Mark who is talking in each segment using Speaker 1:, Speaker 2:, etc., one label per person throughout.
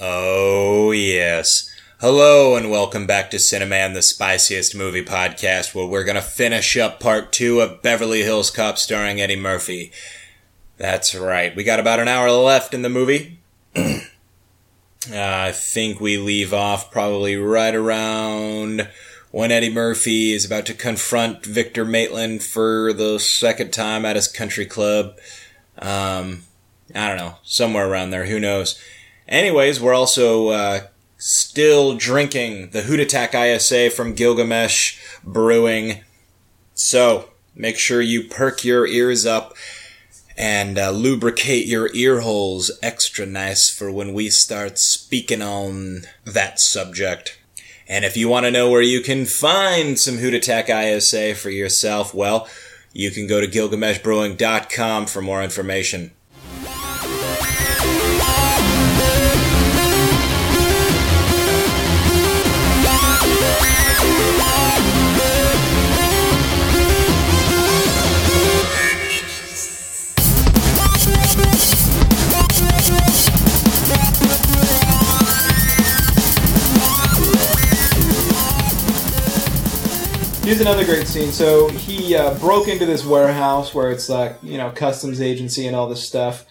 Speaker 1: Oh, yes. Hello and welcome back to Cineman, the spiciest movie podcast, where we're going to finish up part two of Beverly Hills Cop starring Eddie Murphy. That's right. We got about an hour left in the movie. uh, I think we leave off probably right around when Eddie Murphy is about to confront Victor Maitland for the second time at his country club. Um, I don't know, somewhere around there. Who knows? Anyways, we're also uh, still drinking the Hootatak ISA from Gilgamesh Brewing. So make sure you perk your ears up and uh, lubricate your ear holes extra nice for when we start speaking on that subject. And if you want to know where you can find some Hootatak ISA for yourself, well, you can go to gilgameshbrewing.com for more information.
Speaker 2: Here's another great scene. So he uh, broke into this warehouse where it's like, you know, customs agency and all this stuff.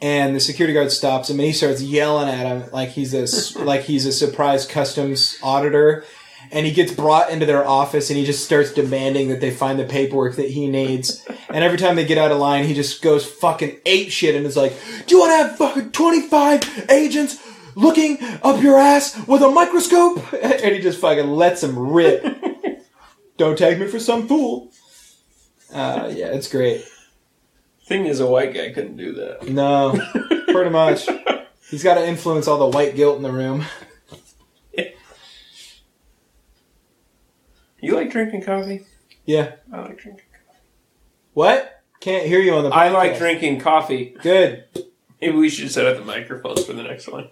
Speaker 2: And the security guard stops him and he starts yelling at him like he's a, s- like he's a surprise customs auditor. And he gets brought into their office and he just starts demanding that they find the paperwork that he needs. And every time they get out of line, he just goes fucking ape shit and is like, Do you want to have fucking 25 agents looking up your ass with a microscope? And he just fucking lets him rip don't take me for some fool. Uh, yeah, it's great.
Speaker 3: Thing is, a white guy couldn't do that.
Speaker 2: No, pretty much. He's got to influence all the white guilt in the room.
Speaker 3: You like drinking coffee?
Speaker 2: Yeah.
Speaker 3: I like drinking.
Speaker 2: What? Can't hear you on the.
Speaker 3: I like
Speaker 2: podcast.
Speaker 3: drinking coffee.
Speaker 2: Good.
Speaker 3: Maybe we should set up the microphones for the next one.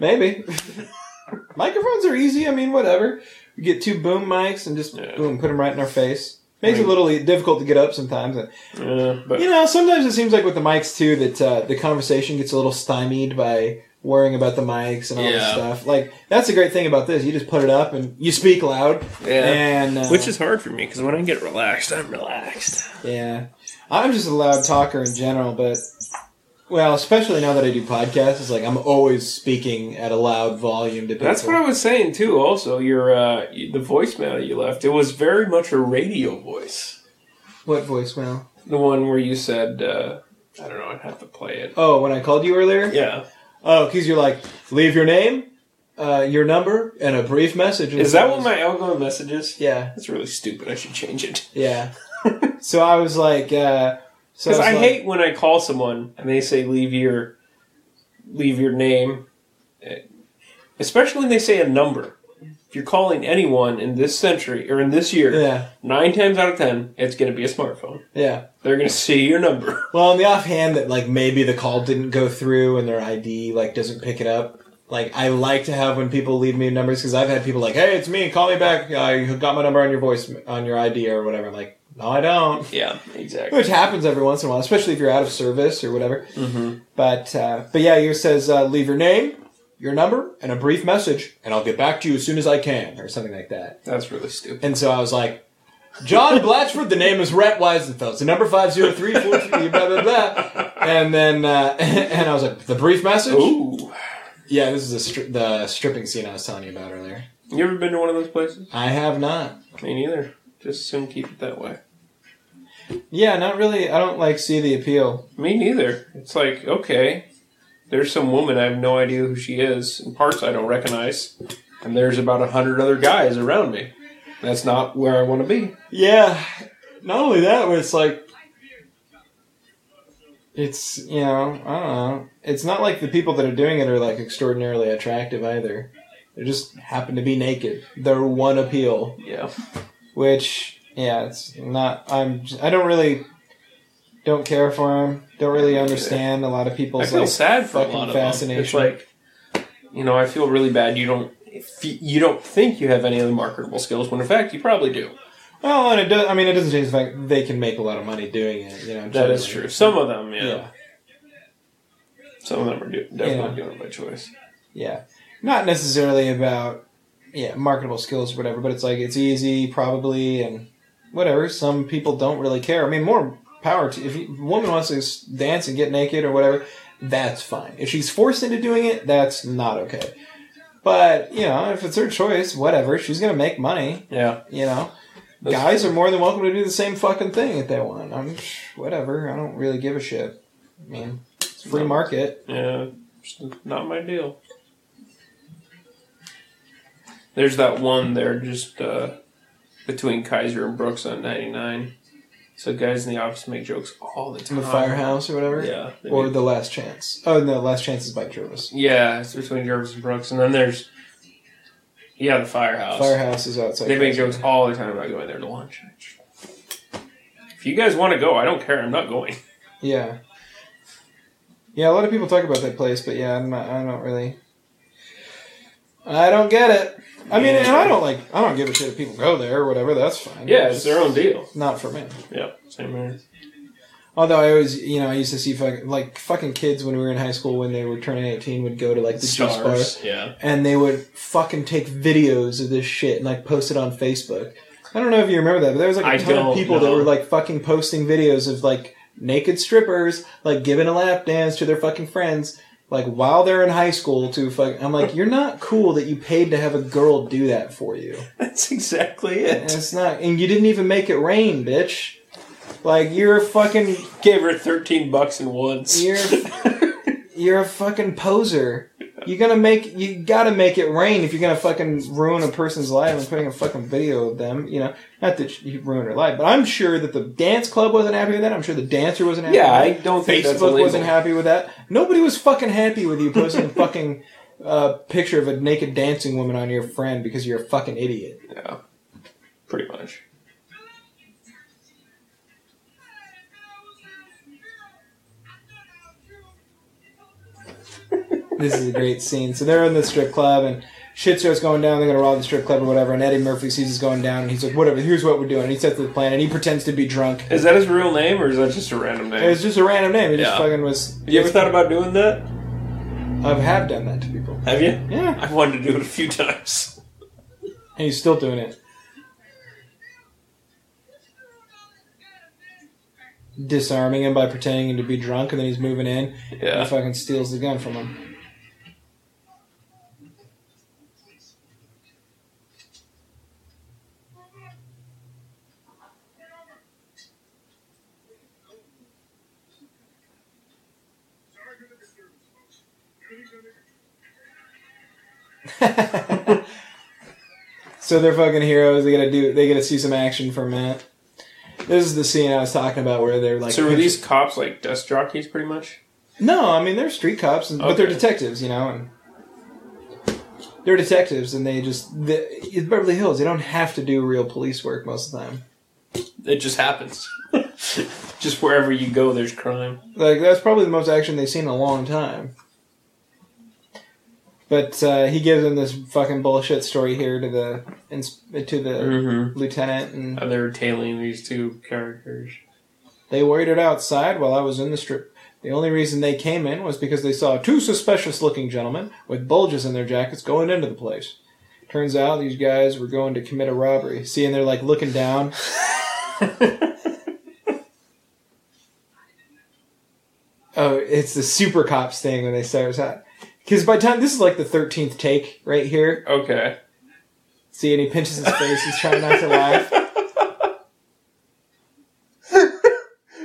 Speaker 2: Maybe. Microphones are easy. I mean, whatever. We get two boom mics and just
Speaker 3: Yeah.
Speaker 2: boom, put them right in our face. Makes it a
Speaker 3: Right.
Speaker 2: little e, difficult to get up sometimes.
Speaker 3: Uh, but
Speaker 2: You know, sometimes it seems like with the mics too that uh, the conversation gets a little stymied by worrying about the mics and all this
Speaker 3: Yeah.
Speaker 2: stuff. Like that's the great thing about this. You just put it up and you speak loud.
Speaker 3: Yeah.
Speaker 2: And uh,
Speaker 3: which is hard for me because when I get relaxed, I'm relaxed.
Speaker 2: yeah, I'm just a loud talker in general, but well, especially now that I do podcasts, it's like I'm always speaking at a loud volume to people.
Speaker 3: That's what I was saying too. Also, your uh, the voicemail you left it was very much a radio voice.
Speaker 2: What voicemail?
Speaker 3: The one where you said, uh, I don't know, I'd have to play it.
Speaker 2: Oh, when I called you earlier.
Speaker 3: Yeah,
Speaker 2: Oh, because you're like, leave your name, uh, your number, and a brief message.
Speaker 3: is that what my outgoing message is?
Speaker 2: Yeah,
Speaker 3: That's really stupid. I should change it
Speaker 2: yeah. so I was like, uh, so
Speaker 3: because
Speaker 2: was
Speaker 3: I
Speaker 2: like-
Speaker 3: hate when I call someone and they say leave your leave your name, Eh, especially when they say a number. If you're calling anyone in this century or in this year,
Speaker 2: Yeah,
Speaker 3: nine times out of ten, it's going to be a smartphone.
Speaker 2: yeah.
Speaker 3: They're going to see your number.
Speaker 2: Well, on the offhand that like maybe the call didn't go through and their ID like doesn't pick it up. Like I like to have when people leave me numbers because I've had people like, "Hey, it's me. Call me back. I got my number on your voice on your ID or whatever." I'm like, no, I don't.
Speaker 3: Yeah, exactly.
Speaker 2: Which happens every once in a while, especially if you're out of service or whatever. Mm-hmm. But uh, but yeah, yours says uh, leave your name, your number, and a brief message, and I'll get back to you as soon as I can, or something like that.
Speaker 3: That's really stupid.
Speaker 2: And so I was like, John Blatchford, the name is Rhett Weisenfeld. The number 50343, blah, blah, blah. And then, uh, and I was like, the brief message?
Speaker 3: Ooh.
Speaker 2: Yeah, this is the, stri- the stripping scene I was telling you about earlier.
Speaker 3: You ever been to one of those places?
Speaker 2: I have not.
Speaker 3: Me neither. Just soon keep it that way.
Speaker 2: Yeah, not really. I don't, like, see the appeal.
Speaker 3: Me neither. It's like, okay, there's some woman, I have no idea who she is, and parts I don't recognize, and there's about a hundred other guys around me. That's not where I want to be.
Speaker 2: Yeah, not only that, but it's like, it's, you know, I don't know. It's not like the people that are doing it are, like, extraordinarily attractive either. They just happen to be naked. Their one appeal.
Speaker 3: Yeah.
Speaker 2: which yeah, it's not. I'm. I don't really don't care for him. Don't really understand a lot of
Speaker 3: I
Speaker 2: people's
Speaker 3: feel
Speaker 2: like
Speaker 3: sad for a
Speaker 2: fucking
Speaker 3: lot of them. It's
Speaker 2: fascination.
Speaker 3: like, you know, I feel really bad you don't, if you you don't think you have any other marketable skills, when in fact you probably do.
Speaker 2: well, and it does. I mean, it doesn't change the fact they can make a lot of money doing it. You know,
Speaker 3: That is
Speaker 2: generally.
Speaker 3: true. Some of them,
Speaker 2: Yeah,
Speaker 3: yeah. Some of them are do- definitely doing it by choice.
Speaker 2: yeah. not necessarily about yeah marketable skills or whatever, but it's like it's easy probably and whatever. Some people don't really care. I mean, more power to if you, a woman wants to s- dance and get naked or whatever, that's fine. If she's forced into doing it, that's not okay. But you know, if it's her choice, whatever. She's gonna make money.
Speaker 3: Yeah.
Speaker 2: You know,
Speaker 3: That's-
Speaker 2: guys are more than welcome to do the same fucking thing if they want. I'm whatever. I don't really give a shit. I mean, it's free market.
Speaker 3: Yeah, just not my deal. There's that one there just uh, between Kaiser and Brooks on 99. So guys in the office make jokes all the
Speaker 2: In
Speaker 3: time.
Speaker 2: the firehouse or whatever?
Speaker 3: Uh, Yeah. they
Speaker 2: Or
Speaker 3: make-
Speaker 2: the last chance. Oh no, last chance is Mike Jervis.
Speaker 3: yeah, it's between Jarvis and Brooks. And then there's, yeah, the firehouse.
Speaker 2: Firehouse is outside.
Speaker 3: They make jokes all the time about going there to lunch. If you guys want to go, I don't care. I'm not going.
Speaker 2: Yeah. Yeah, a lot of people talk about that place, but yeah, I'm not, I don't really. I don't get it. I mean,
Speaker 3: Yeah.
Speaker 2: and I don't like. I don't give a shit if people go there or whatever. That's fine.
Speaker 3: Yeah, it's their own deal.
Speaker 2: Not for me.
Speaker 3: Yeah, same here.
Speaker 2: Although I always, you know, I used to see fucking like fucking kids when we were in high school when they were turning eighteen would go to like the juice bar
Speaker 3: Stars. Yeah.
Speaker 2: and they would fucking take videos of this shit and like post it on Facebook. I don't know if you remember that, but there was
Speaker 3: I
Speaker 2: like a ton
Speaker 3: don't
Speaker 2: of people that
Speaker 3: know.
Speaker 2: were like fucking posting videos of like naked strippers like giving a lap dance to their fucking friends like while they're in high school to fuck I'm like you're not cool that you paid to have a girl do that for you.
Speaker 3: That's exactly
Speaker 2: And
Speaker 3: it.
Speaker 2: it's not and you didn't even make it rain, bitch. Like you're a fucking
Speaker 3: Gave her 13 bucks in once.
Speaker 2: You're- you're a fucking poser. You're gonna make you gotta make it rain if you're gonna fucking ruin a person's life and putting a fucking video of them. You know, not that you ruined her life, but I'm sure that the dance club wasn't happy with that. I'm sure the dancer wasn't happy.
Speaker 3: yeah, I
Speaker 2: with
Speaker 3: don't
Speaker 2: that.
Speaker 3: think that's
Speaker 2: Facebook
Speaker 3: illegal.
Speaker 2: wasn't happy with that. Nobody was fucking happy with you posting a fucking uh, picture of a naked dancing woman on your friend because you're a fucking idiot.
Speaker 3: Yeah, pretty much.
Speaker 2: This is a great scene. So they're in the strip club and. Shit starts going down. They're gonna rob the strip club or whatever. And Eddie Murphy sees it's going down, and he's like, "Whatever. Here's what we're doing." And he sets the plan, and he pretends to be drunk.
Speaker 3: Is that his real name or is that just a random
Speaker 2: It
Speaker 3: name?
Speaker 2: was just a random name. It
Speaker 3: Yeah.
Speaker 2: just fucking was.
Speaker 3: you ever thought about doing that?
Speaker 2: I have done that to people.
Speaker 3: Have you?
Speaker 2: Yeah.
Speaker 3: I've wanted to do it a few times.
Speaker 2: And he's still doing it. Disarming him by pretending to be drunk, and then he's moving in. And
Speaker 3: Yeah.
Speaker 2: he fucking steals the gun from him. so they're fucking heroes. They gotta do. They gotta see some action for a minute. This is the scene I was talking about where they're like.
Speaker 3: So were these cops like desk jockeys pretty much?
Speaker 2: No, I mean they're street cops, and, but they're
Speaker 3: Okay.
Speaker 2: detectives, you know, and they're detectives, and they just the it's Beverly Hills. They don't have to do real police work most of the time.
Speaker 3: It just happens. just wherever you go, there's crime.
Speaker 2: Like that's probably the most action they've seen in a long time. But uh, he gives him this fucking bullshit story here to the ins- to the
Speaker 3: Mm-hmm.
Speaker 2: lieutenant, and
Speaker 3: They were tailing these two characters.
Speaker 2: they waited outside while I was in the strip. The only reason they came in was because they saw two suspicious-looking gentlemen with bulges in their jackets going into the place. Turns out these guys were going to commit a robbery. See, and they're like looking down. Oh, it's the super cops thing when they start because by the time this is like the thirteenth take right here.
Speaker 3: okay.
Speaker 2: See, and he pinches his face. He's trying not to laugh.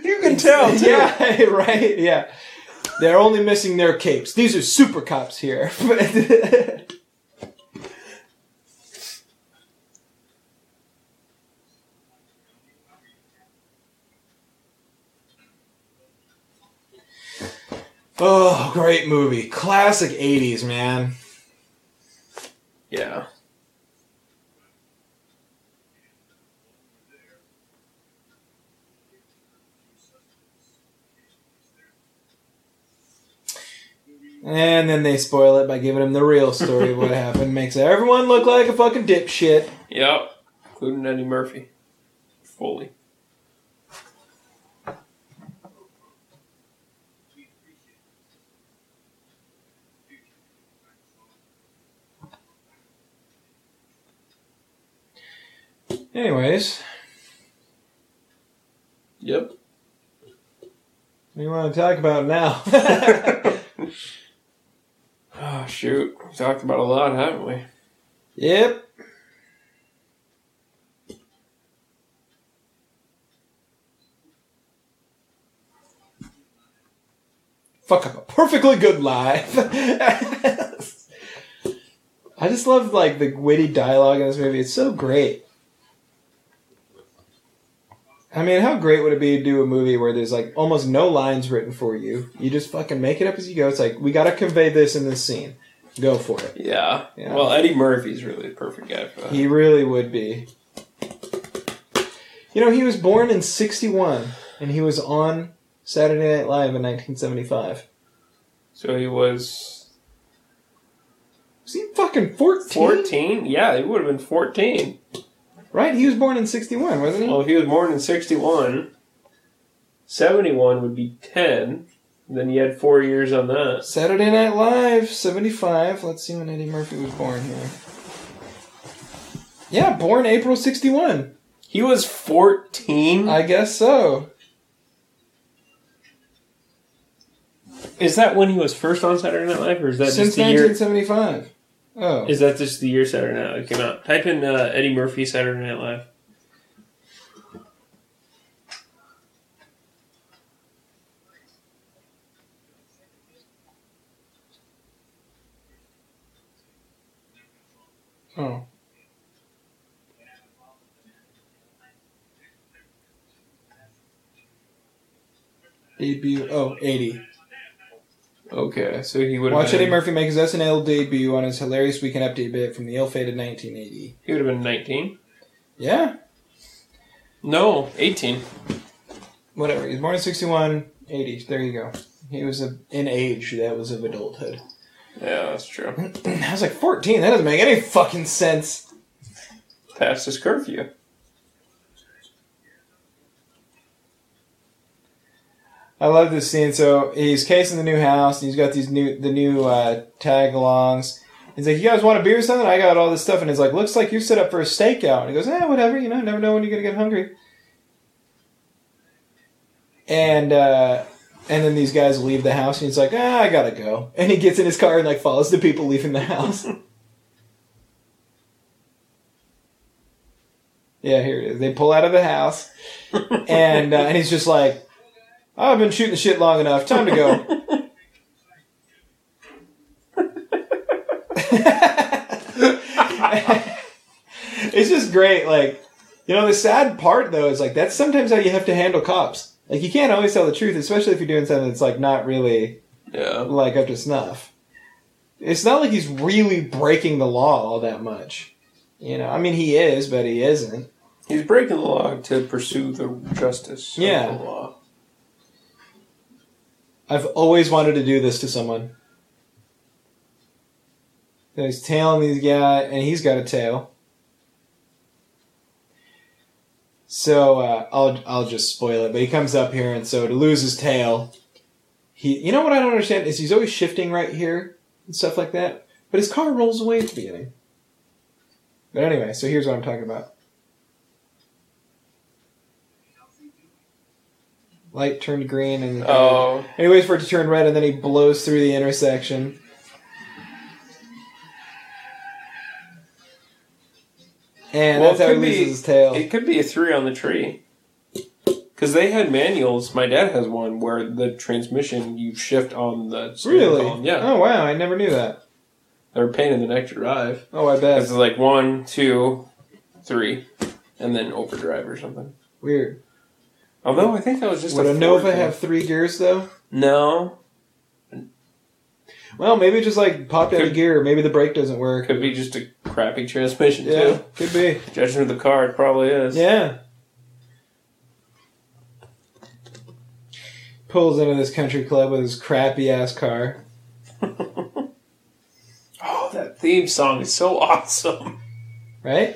Speaker 3: You can tell, too.
Speaker 2: yeah, right. Yeah, they're only missing their capes. These are super cops here. oh, great movie, classic '80s man.
Speaker 3: Yeah.
Speaker 2: And then they spoil it by giving him the real story of what happened. Makes everyone look like a fucking dipshit.
Speaker 3: Yep. Including Eddie Murphy. Fully.
Speaker 2: Anyways,
Speaker 3: Yep.
Speaker 2: what do you want to talk about now?
Speaker 3: Oh shoot, we talked about a lot, haven't we?
Speaker 2: yep. Fuck up a perfectly good life. I just love like the witty dialogue in this movie. It's so great. I mean, how great would it be to do a movie where there's like almost no lines written for you? You just fucking make it up as you go. It's like we got to convey this in this scene. Go for it.
Speaker 3: Yeah.
Speaker 2: Yeah.
Speaker 3: Well, Eddie Murphy's really the perfect guy for that.
Speaker 2: He really would be. You know, he was born in 61 and he was on Saturday Night Live in 1975.
Speaker 3: So he was
Speaker 2: Was he fucking 14?
Speaker 3: 14? Yeah, he would have been 14.
Speaker 2: Right? He was born in 61, wasn't he?
Speaker 3: Well, if he was born in 61, 71 would be 10. Then you had four years on that.
Speaker 2: Saturday Night Live, 75. Let's see when Eddie Murphy was born here. Yeah, born April 61.
Speaker 3: He was 14?
Speaker 2: I guess so.
Speaker 3: is that when he was first on Saturday Night Live, or is that
Speaker 2: Since
Speaker 3: just the year?
Speaker 2: 1975. Oh.
Speaker 3: Is that just the year Saturday Night Live came out? Type in uh, Eddie Murphy Saturday Night Live.
Speaker 2: Oh. Debut. Oh, 80.
Speaker 3: Okay, so he would
Speaker 2: Watch
Speaker 3: been,
Speaker 2: Eddie Murphy make his SNL debut on his hilarious weekend update bit from the ill-fated 1980.
Speaker 3: He would have been 19.
Speaker 2: Yeah,
Speaker 3: No, 18.
Speaker 2: whatever. He's born in 61, 80. There you go. He was a, an age that was of adulthood.
Speaker 3: Yeah, that's true.
Speaker 2: I was like 14. That doesn't make any fucking sense.
Speaker 3: Past his curfew.
Speaker 2: I love this scene. So he's casing the new house, and he's got these new the new uh, tag alongs. He's like, "You guys want a beer or something? I got all this stuff." And he's like, "Looks like you're set up for a stakeout." And he goes, "Eh, whatever. You know, never know when you're gonna get hungry." And uh, and then these guys leave the house, and he's like, "Ah, I gotta go." And he gets in his car and like follows the people leaving the house. yeah, here it is. They pull out of the house, and uh, and he's just like. I've been shooting the shit long enough. Time to go. it's just great. Like, you know, the sad part though is like that's sometimes how you have to handle cops. Like, you can't always tell the truth, especially if you're doing something that's like not really
Speaker 3: Yeah.
Speaker 2: like up to snuff. It's not like he's really breaking the law all that much. You know, I mean, he is, but he isn't.
Speaker 3: He's breaking the law to pursue the justice of
Speaker 2: Yeah.
Speaker 3: the law.
Speaker 2: I've always wanted to do this to someone. And he's tailing these guy, and he's got a tail. So uh, I'll I'll just spoil it, but he comes up here, and so to lose his tail, he you know what I don't understand is he's always shifting right here and stuff like that, but his car rolls away at the beginning. But anyway, so here's what I'm talking about. Light turned green, and the car-
Speaker 3: Oh,
Speaker 2: and he waits for it to turn red, and then he blows through the intersection. And
Speaker 3: Well,
Speaker 2: that's how
Speaker 3: it
Speaker 2: he
Speaker 3: could
Speaker 2: loses
Speaker 3: be-
Speaker 2: his tail.
Speaker 3: it could be a three on the tree. Because they had manuals. My dad has one where the transmission you shift on the steering column.
Speaker 2: really?
Speaker 3: Yeah,
Speaker 2: Oh wow, I never knew that.
Speaker 3: they're a pain in the neck to drive.
Speaker 2: Oh, I
Speaker 3: It's
Speaker 2: bet.
Speaker 3: like one, two, three, and then overdrive or something.
Speaker 2: Weird.
Speaker 3: Although I think that was just
Speaker 2: Would
Speaker 3: a
Speaker 2: a Nova
Speaker 3: Ford.
Speaker 2: have three gears though?
Speaker 3: no.
Speaker 2: Well, maybe it just like popped out of
Speaker 3: Could-
Speaker 2: gear. Maybe the brake doesn't work.
Speaker 3: Could be just a crappy transmission
Speaker 2: Yeah,
Speaker 3: too.
Speaker 2: could be.
Speaker 3: Judging of the car, it probably is.
Speaker 2: Yeah. Pulls into this country club with his crappy ass car.
Speaker 3: Oh, that theme song is so awesome.
Speaker 2: right?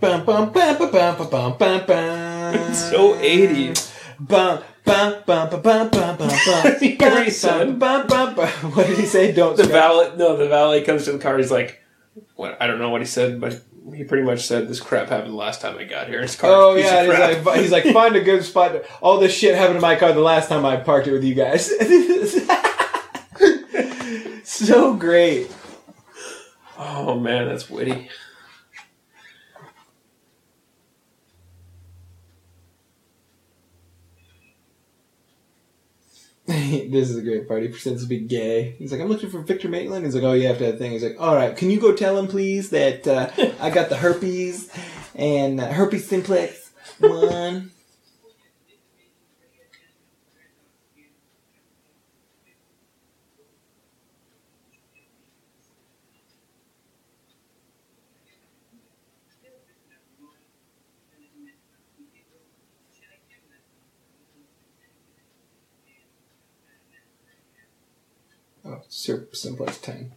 Speaker 2: Bum, bum, bum, bum, bum, bum, bum, bum, bum.
Speaker 3: It's so 80s.
Speaker 2: Bum, bum, bum, bum, bum, bum, bum, bum.
Speaker 3: He already said-
Speaker 2: Bum, bum, bum. What did he say? Don't
Speaker 3: The
Speaker 2: scratch.
Speaker 3: valet, no, the valet comes to the car. He's like, "What? I don't know what he said, but he pretty much said this crap happened last time I got here. His car's a
Speaker 2: Oh
Speaker 3: piece
Speaker 2: yeah,
Speaker 3: of
Speaker 2: and he's
Speaker 3: crap.
Speaker 2: like, fi- he's like, find a good spot. to- All this shit happened to my car the last time I parked it with you guys. so great.
Speaker 3: oh man, that's witty.
Speaker 2: this is a great part. He pretends to be gay. He's like, I'm looking for Victor Maitland. He's like, oh, you have to have a thing. He's like, all right, can you go tell him please that uh, I got the herpes and uh, herpes simplex one. Oh, Sir Simplex 10.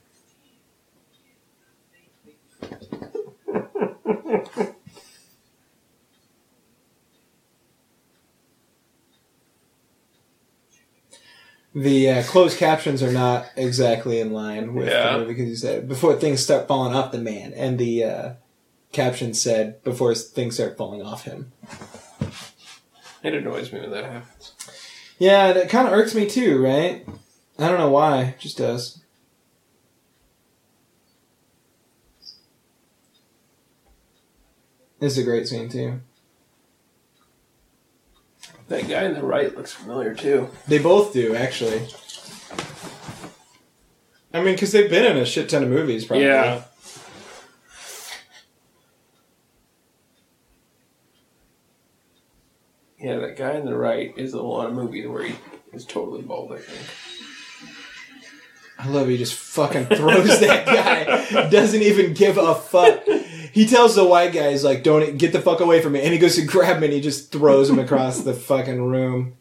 Speaker 2: the uh, closed captions are not exactly in line with
Speaker 3: Yeah.
Speaker 2: the movie because you said before things start falling off the man, and the uh, caption said before things start falling off him.
Speaker 3: It annoys me when that happens.
Speaker 2: Yeah, and it kind of irks me too, right? I don't know why. It just does. This is a great scene too.
Speaker 3: That guy on the right looks familiar too.
Speaker 2: They both do, actually. I mean, because they've been in a shit ton of movies, probably.
Speaker 3: Yeah. Yeah, that guy on the right is the one movie where he is totally bald, I think.
Speaker 2: I love he just fucking throws that guy. Doesn't even give a fuck. He tells the white guy, he's like, don't e-, get the fuck away from me. And he goes to grab him and he just throws him across the fucking room.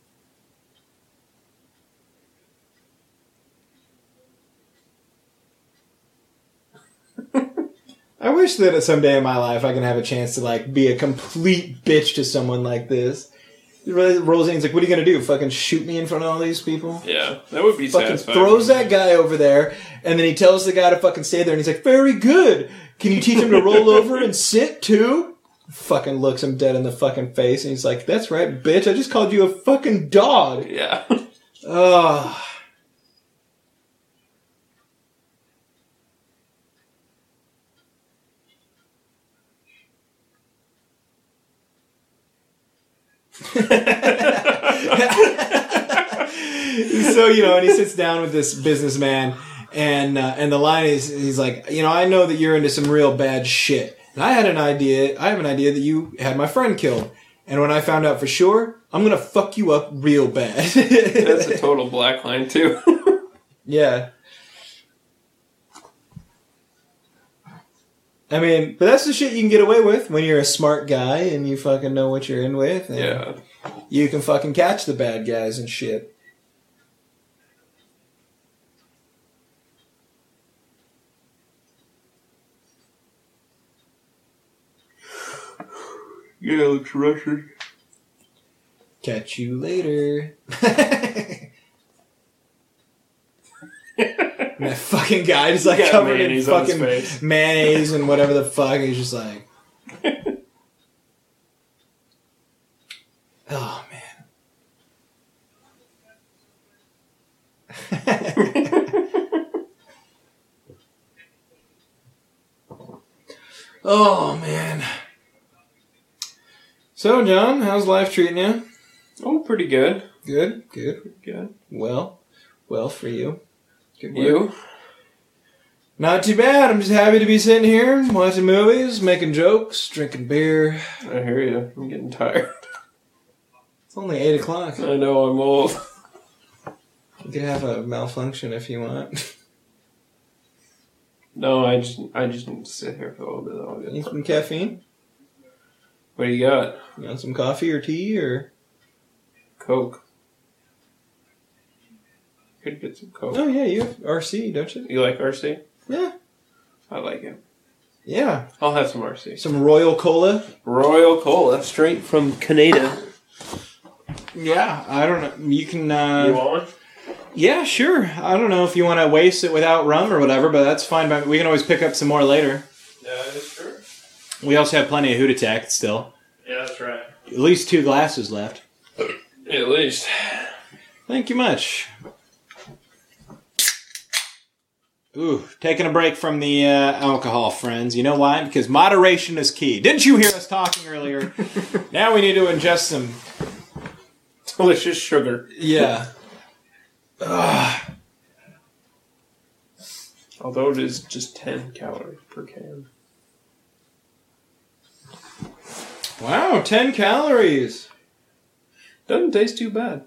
Speaker 2: I wish that someday in my life I can have a chance to like be a complete bitch to someone like this. He really rolls in, he's like, what are you gonna do? Fucking shoot me in front of all these people?
Speaker 3: Yeah, that would be
Speaker 2: fucking throws that guy over there, and then he tells the guy to fucking stay there, and he's like, "Very good. Can you teach him to roll over and sit too?" Fucking looks him dead in the fucking face, and he's like, "That's right, bitch. I just called you a fucking dog."
Speaker 3: Yeah.
Speaker 2: Ugh. so you know, and he sits down with this businessman, and uh, and the line is, he's like, you know, I know that you're into some real bad shit, and I had an idea, I have an idea that you had my friend killed, and when I found out for sure, I'm gonna fuck you up real bad.
Speaker 3: That's a total black line, too.
Speaker 2: yeah. I mean, but that's the shit you can get away with when you're a smart guy and you fucking know what you're in with. And
Speaker 3: yeah.
Speaker 2: You can fucking catch the bad guys and shit.
Speaker 3: Yeah, looks Russian.
Speaker 2: Catch you later. And that fucking guy just like
Speaker 3: Yeah,
Speaker 2: covered in
Speaker 3: mayonnaise on his
Speaker 2: fucking
Speaker 3: face.
Speaker 2: mayonnaise and whatever the fuck. He's just like, oh man. oh man. So John, how's life treating you?
Speaker 3: Oh, pretty good.
Speaker 2: Good, good.
Speaker 3: Good.
Speaker 2: Well, well for you. Good work.
Speaker 3: You?
Speaker 2: Not too bad. I'm just happy to be sitting here watching movies, making jokes, drinking beer.
Speaker 3: I hear you. I'm getting tired.
Speaker 2: It's only eight o'clock.
Speaker 3: I know I'm old.
Speaker 2: You can have a malfunction if you want.
Speaker 3: No, I just I just need to sit here for a little bit. I'll
Speaker 2: Need
Speaker 3: get
Speaker 2: some caffeine?
Speaker 3: What do you got?
Speaker 2: You want some coffee or tea or?
Speaker 3: Coke. Could get some Coke.
Speaker 2: Oh yeah, you have RC, don't you?
Speaker 3: You like RC?
Speaker 2: Yeah,
Speaker 3: I like it.
Speaker 2: yeah.
Speaker 3: I'll have some RC.
Speaker 2: Some Royal Cola.
Speaker 3: Royal Cola, straight from Canada.
Speaker 2: Yeah, I don't know. You can.
Speaker 3: You
Speaker 2: Uh,
Speaker 3: want one?
Speaker 2: yeah, sure. I don't know if you want to waste it without rum or whatever, but that's fine. By, we can always pick up some more later.
Speaker 3: Yeah, sure.
Speaker 1: We also have plenty of hoot attack still.
Speaker 3: Yeah, that's right.
Speaker 1: At least two glasses left.
Speaker 3: At least.
Speaker 1: Thank you much. Ooh, taking a break from the uh, alcohol, friends. You know why? Because moderation is key. Didn't you hear us talking earlier? now we need to ingest some.
Speaker 3: Delicious sugar.
Speaker 2: Yeah.
Speaker 3: Although it is just 10 calories per can.
Speaker 2: Wow, 10 calories.
Speaker 3: Doesn't taste too bad.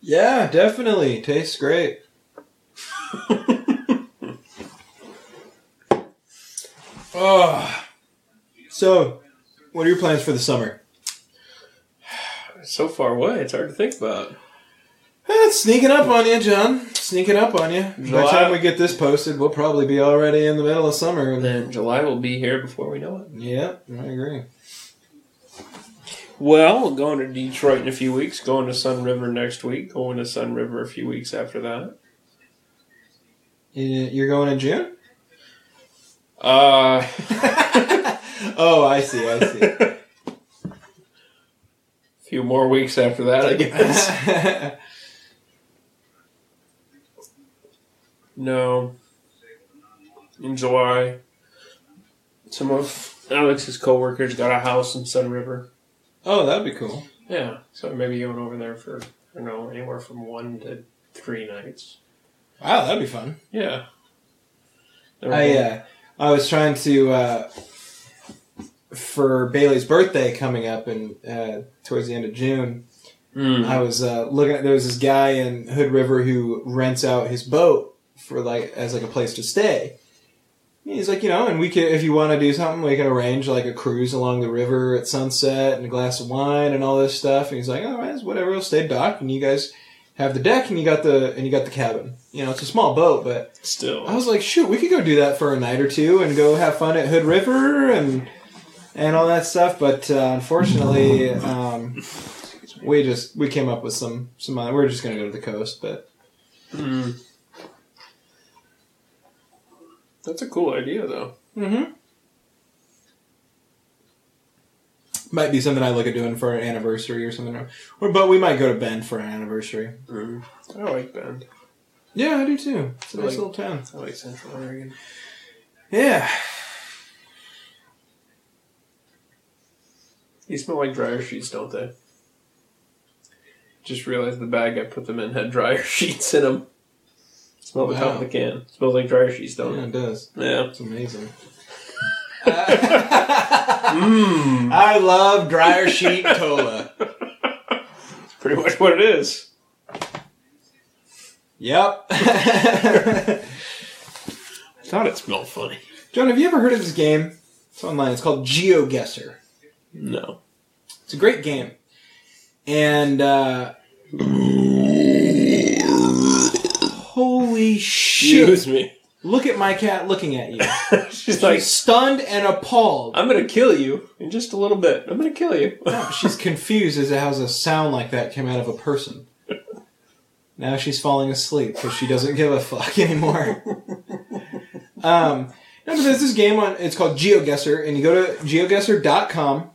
Speaker 2: Yeah, definitely. Tastes great.
Speaker 1: Ah.
Speaker 2: oh. So, what are your plans for the summer?
Speaker 3: So far away, it's hard to think about.
Speaker 2: Eh, it's sneaking up on you, John. Sneaking up on you. By the
Speaker 3: July-
Speaker 2: time we get this posted, we'll probably be already in the middle of summer. And
Speaker 3: And July will be here before we know it.
Speaker 2: yeah, I agree.
Speaker 3: Well, going to Detroit in a few weeks, going to Sun River next week, going to Sun River a few weeks after that.
Speaker 2: Eh, You're going in June?
Speaker 3: Uh,
Speaker 2: oh, I see. I see.
Speaker 3: a few more weeks after that, I guess. No. In July, some of Alex's coworkers got a house in Sun River.
Speaker 2: oh, that'd be cool.
Speaker 3: Yeah, so maybe he went over there for, I don't know, anywhere from one to three nights.
Speaker 2: Wow, that'd be fun.
Speaker 3: Yeah. There
Speaker 2: I
Speaker 3: were-
Speaker 2: uh, I was trying to uh, for Bailey's birthday coming up and uh, towards the end of June.
Speaker 3: Mm.
Speaker 2: I was uh, looking at there was this guy in Hood River who rents out his boat for like as like a place to stay. And He's like, you know, and we could if you want to do something, we can arrange like a cruise along the river at sunset and a glass of wine and all this stuff. And he's like, all right, it's whatever, we'll stay docked and you guys have the deck and you got the and you got the cabin. You know, it's a small boat, but I
Speaker 3: Still.
Speaker 2: was like, shoot, we could go do that for a night or two and go have fun at Hood River and and all that stuff. But uh, unfortunately, um, we just we came up with some some. other- We're just gonna go to the coast, but
Speaker 3: Mm. That's a cool idea, though.
Speaker 2: mm-hmm. might be something I look at doing for an anniversary or something. Or but we might go to Bend for an anniversary.
Speaker 3: Mm. I like Bend.
Speaker 2: Yeah, I do too. It's a nice
Speaker 3: Like-
Speaker 2: little town.
Speaker 3: I like Central Oregon.
Speaker 2: Yeah.
Speaker 3: These smell like dryer sheets, don't they? Just realized the bag I put them in had dryer sheets in them. Smell the top of the can. Smells like dryer sheets,
Speaker 2: yeah,
Speaker 3: don't
Speaker 2: it does.
Speaker 3: it?
Speaker 2: It's amazing.
Speaker 3: Yeah. Mmm.
Speaker 2: I love dryer sheet cola.
Speaker 3: That's pretty much what it is.
Speaker 2: Yep.
Speaker 3: I thought it smelled funny.
Speaker 2: John, have you ever heard of this game? It's online. It's called GeoGuessr.
Speaker 3: No.
Speaker 2: It's a great game. And, uh. Holy shit.
Speaker 3: Excuse me.
Speaker 2: Look at my cat looking at you.
Speaker 3: She's like,
Speaker 2: She's stunned and appalled.
Speaker 3: I'm gonna kill you in just a little bit. I'm gonna kill you.
Speaker 2: No, she's confused as to how a sound like that came out of a person. Now she's falling asleep because she doesn't give a fuck anymore. um, no, but there's this game on. It's called GeoGuessr, and you go to geoguessr.com,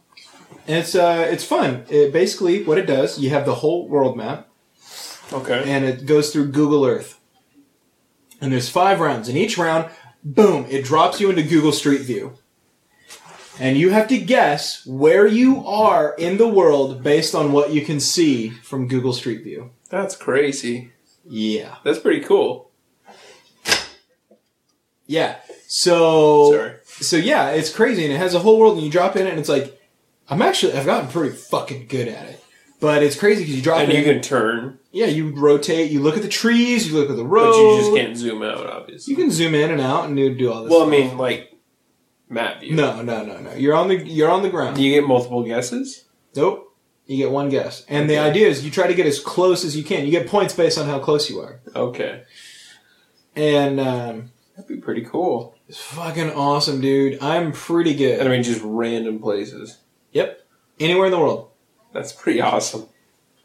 Speaker 2: and it's uh, it's fun. It basically what it does, you have the whole world map,
Speaker 3: Okay.
Speaker 2: and it goes through Google Earth. And there's five rounds, and each round, boom, it drops you into Google Street View. And you have to guess where you are in the world based on what you can see from Google Street View.
Speaker 3: That's crazy.
Speaker 2: Yeah.
Speaker 3: That's pretty cool.
Speaker 2: Yeah. So
Speaker 3: Sorry.
Speaker 2: so yeah, it's crazy and it has a whole world and you drop in it and it's like I'm actually I've gotten pretty fucking good at it. But it's crazy because you drop
Speaker 3: And
Speaker 2: in
Speaker 3: you can turn,
Speaker 2: yeah, you rotate, you look at the trees, you look at the road.
Speaker 3: but you just can't zoom out, obviously.
Speaker 2: You can zoom in and out and do do all this.
Speaker 3: well, I
Speaker 2: stuff.
Speaker 3: mean, like map view.
Speaker 2: No, no, no, no. You're on the you're on the ground.
Speaker 3: Do you get multiple guesses?
Speaker 2: nope. You get one guess. And the
Speaker 3: Okay.
Speaker 2: idea is you try to get as close as you can. You get points based on how close you are.
Speaker 3: Okay.
Speaker 2: And um,
Speaker 3: That'd be pretty cool.
Speaker 2: it's fucking awesome, dude. I'm pretty
Speaker 3: And I
Speaker 2: good.
Speaker 3: mean, just random places.
Speaker 2: Anywhere in the world.
Speaker 3: That's pretty awesome.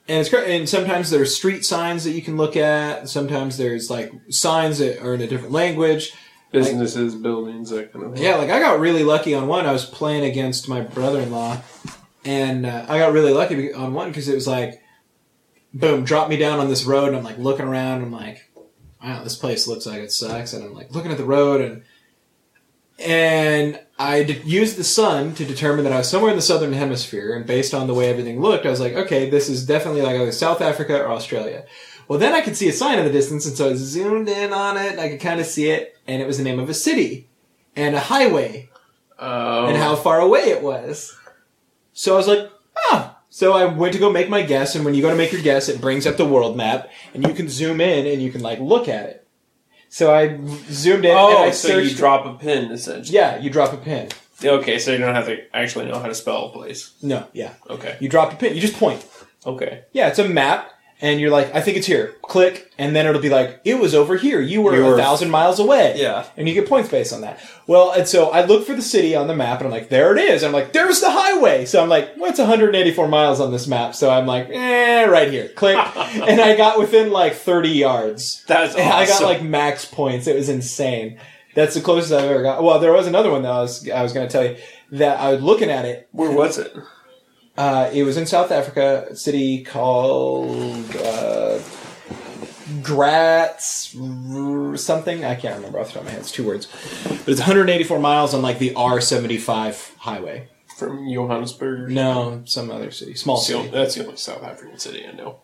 Speaker 2: And it's cra- and sometimes there's street signs that you can look at. Sometimes there's like signs that are in a different language.
Speaker 3: businesses, buildings, that kind of thing.
Speaker 2: Yeah, like I got really lucky on one. I was playing against my brother in law, and uh, I got really lucky be- on one because it was like, boom, drop me down on this road, and I'm like looking around, and I'm like, wow, this place looks like it sucks, and I'm like looking at the road, and and I d- used the sun to determine that I was somewhere in the southern hemisphere, and based on the way everything looked, I was like, okay, this is definitely like either South Africa or Australia. Well, then I could see a sign in the distance, and so I zoomed in on it, and I could kind of see it, and it was the name of a city and a highway
Speaker 3: Um,
Speaker 2: and how far away it was. So I was like, ah. So I went to go make my guess, and when you go to make your guess, it brings up the world map, and you can zoom in and you can like look at it. So I zoomed in and
Speaker 3: oh,
Speaker 2: I
Speaker 3: so you
Speaker 2: searched.
Speaker 3: drop a pin essentially.
Speaker 2: yeah, you drop a pin.
Speaker 3: Okay, so you don't have to actually know how to spell a place.
Speaker 2: No, yeah,
Speaker 3: Okay.
Speaker 2: you drop a pin. You just point.
Speaker 3: Okay.
Speaker 2: Yeah, it's a map, and you're like, I think it's here. Click, and then it'll be like, it was over here. You were
Speaker 3: You were-
Speaker 2: a thousand miles away.
Speaker 3: Yeah.
Speaker 2: and you get points based on that. Well, and so I look for the city on the map, and I'm like, there it is. And I'm like, there's the highway. So I'm like, well, it's 184 miles on this map. So I'm like, eh, right here. Click, and I got within like 30 yards.
Speaker 3: That's awesome.
Speaker 2: And I got like max points. It was insane. That's the closest I've ever got. Well, there was another one that I was I was going to tell you that I was looking at it.
Speaker 3: Where was it?
Speaker 2: Uh, it was in South Africa, a city called uh, Graz, r- something. I can't remember off the top of my head. It's two words, but it's 184 miles on like the R75 highway.
Speaker 3: From Johannesburg.
Speaker 2: No, some other city, small
Speaker 3: That's the only-
Speaker 2: city.
Speaker 3: That's the only South African city I know.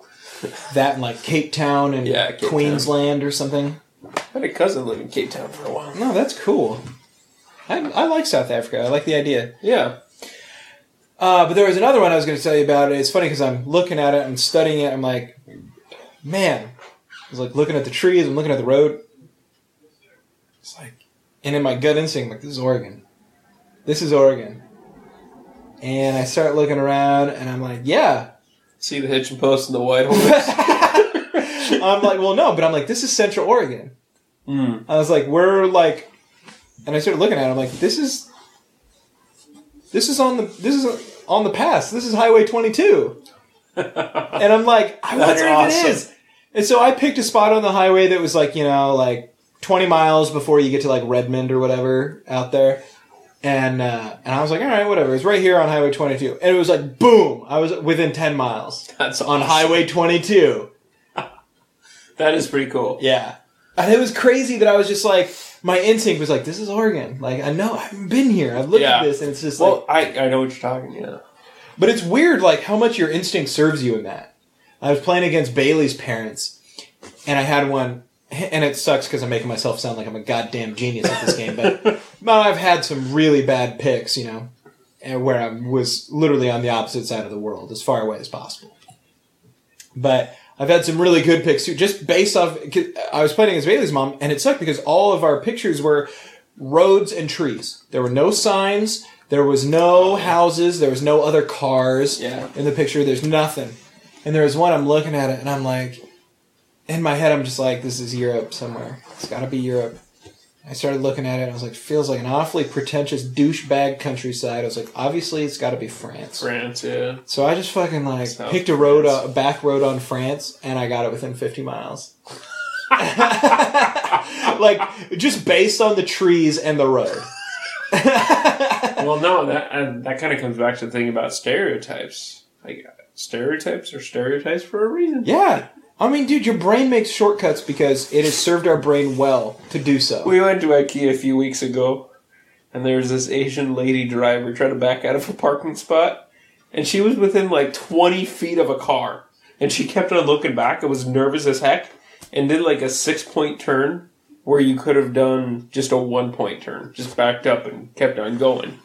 Speaker 2: That and like Cape Town and
Speaker 3: Yeah, Cape Town.
Speaker 2: Queensland or something.
Speaker 3: I had a cousin live in Cape Town for a while.
Speaker 2: No, that's cool. I, I like South Africa. I like the idea.
Speaker 3: Yeah.
Speaker 2: Uh, but there was another one I was going to tell you about. It's funny because I'm looking at it, I'm studying it. I'm like, man, I was like looking at the trees, I'm looking at the road. It's like, and in my gut instinct, I'm like, this is Oregon. This is Oregon. And I start looking around, and I'm like, yeah.
Speaker 3: See the hitching post and the white horse.
Speaker 2: I'm like, well, no, but I'm like, this is Central Oregon.
Speaker 3: Mm.
Speaker 2: I was like, we're like, and I started looking at it. I'm like, this is, this is on the this is on the pass. This is Highway 22. and I'm like, I
Speaker 3: That's
Speaker 2: wonder if
Speaker 3: awesome.
Speaker 2: it is. And so I picked a spot on the highway that was like you know like 20 miles before you get to like Redmond or whatever out there. And uh, and I was like, all right, whatever. It's right here on Highway 22. And it was like, boom! I was within 10 miles
Speaker 3: That's
Speaker 2: on
Speaker 3: awesome.
Speaker 2: Highway 22.
Speaker 3: That is pretty cool.
Speaker 2: Yeah. And it was crazy that I was just like, my instinct was like, this is Oregon. Like, I know, I haven't been here. I've looked
Speaker 3: Yeah.
Speaker 2: at this and it's just like,
Speaker 3: Well, I, I know what you're talking. Yeah.
Speaker 2: but it's weird, like, how much your instinct serves you in that. I was playing against Bailey's parents and I had one, and it sucks because I'm making myself sound like I'm a goddamn genius at this game, but, but I've had some really bad picks, you know, and where I was literally on the opposite side of the world, as far away as possible but I've had some really good pics too, just based off. 'cause I was playing as Bailey's mom, and it sucked because all of our pictures were roads and trees. There were no signs. There was no houses. There was no other cars
Speaker 3: Yeah.
Speaker 2: in the picture. There's nothing. And there was one I'm looking at it, and I'm like, in my head, I'm just like, this is Europe somewhere. It's got to be Europe. I started looking at it, and I was like, feels like an awfully pretentious douchebag countryside. I was like, obviously, it's got to be France.
Speaker 3: France. Yeah.
Speaker 2: So I just fucking like
Speaker 3: South
Speaker 2: picked a road,
Speaker 3: France.
Speaker 2: uh, a back road on France, and I got it within 50 miles. like just based on the trees and the road.
Speaker 3: well, no, that and that kind of comes back to the thing about stereotypes. Like stereotypes are stereotypes for a reason.
Speaker 2: Yeah. I mean, dude, your brain makes shortcuts because it has served our brain well to do so.
Speaker 3: We went to IKEA a few weeks ago, and there was this Asian lady driver trying to back out of a parking spot, and she was within like 20 feet of a car, and she kept on looking back and was nervous as heck, and did like a six point turn where you could have done just a one point turn, just backed up and kept on going.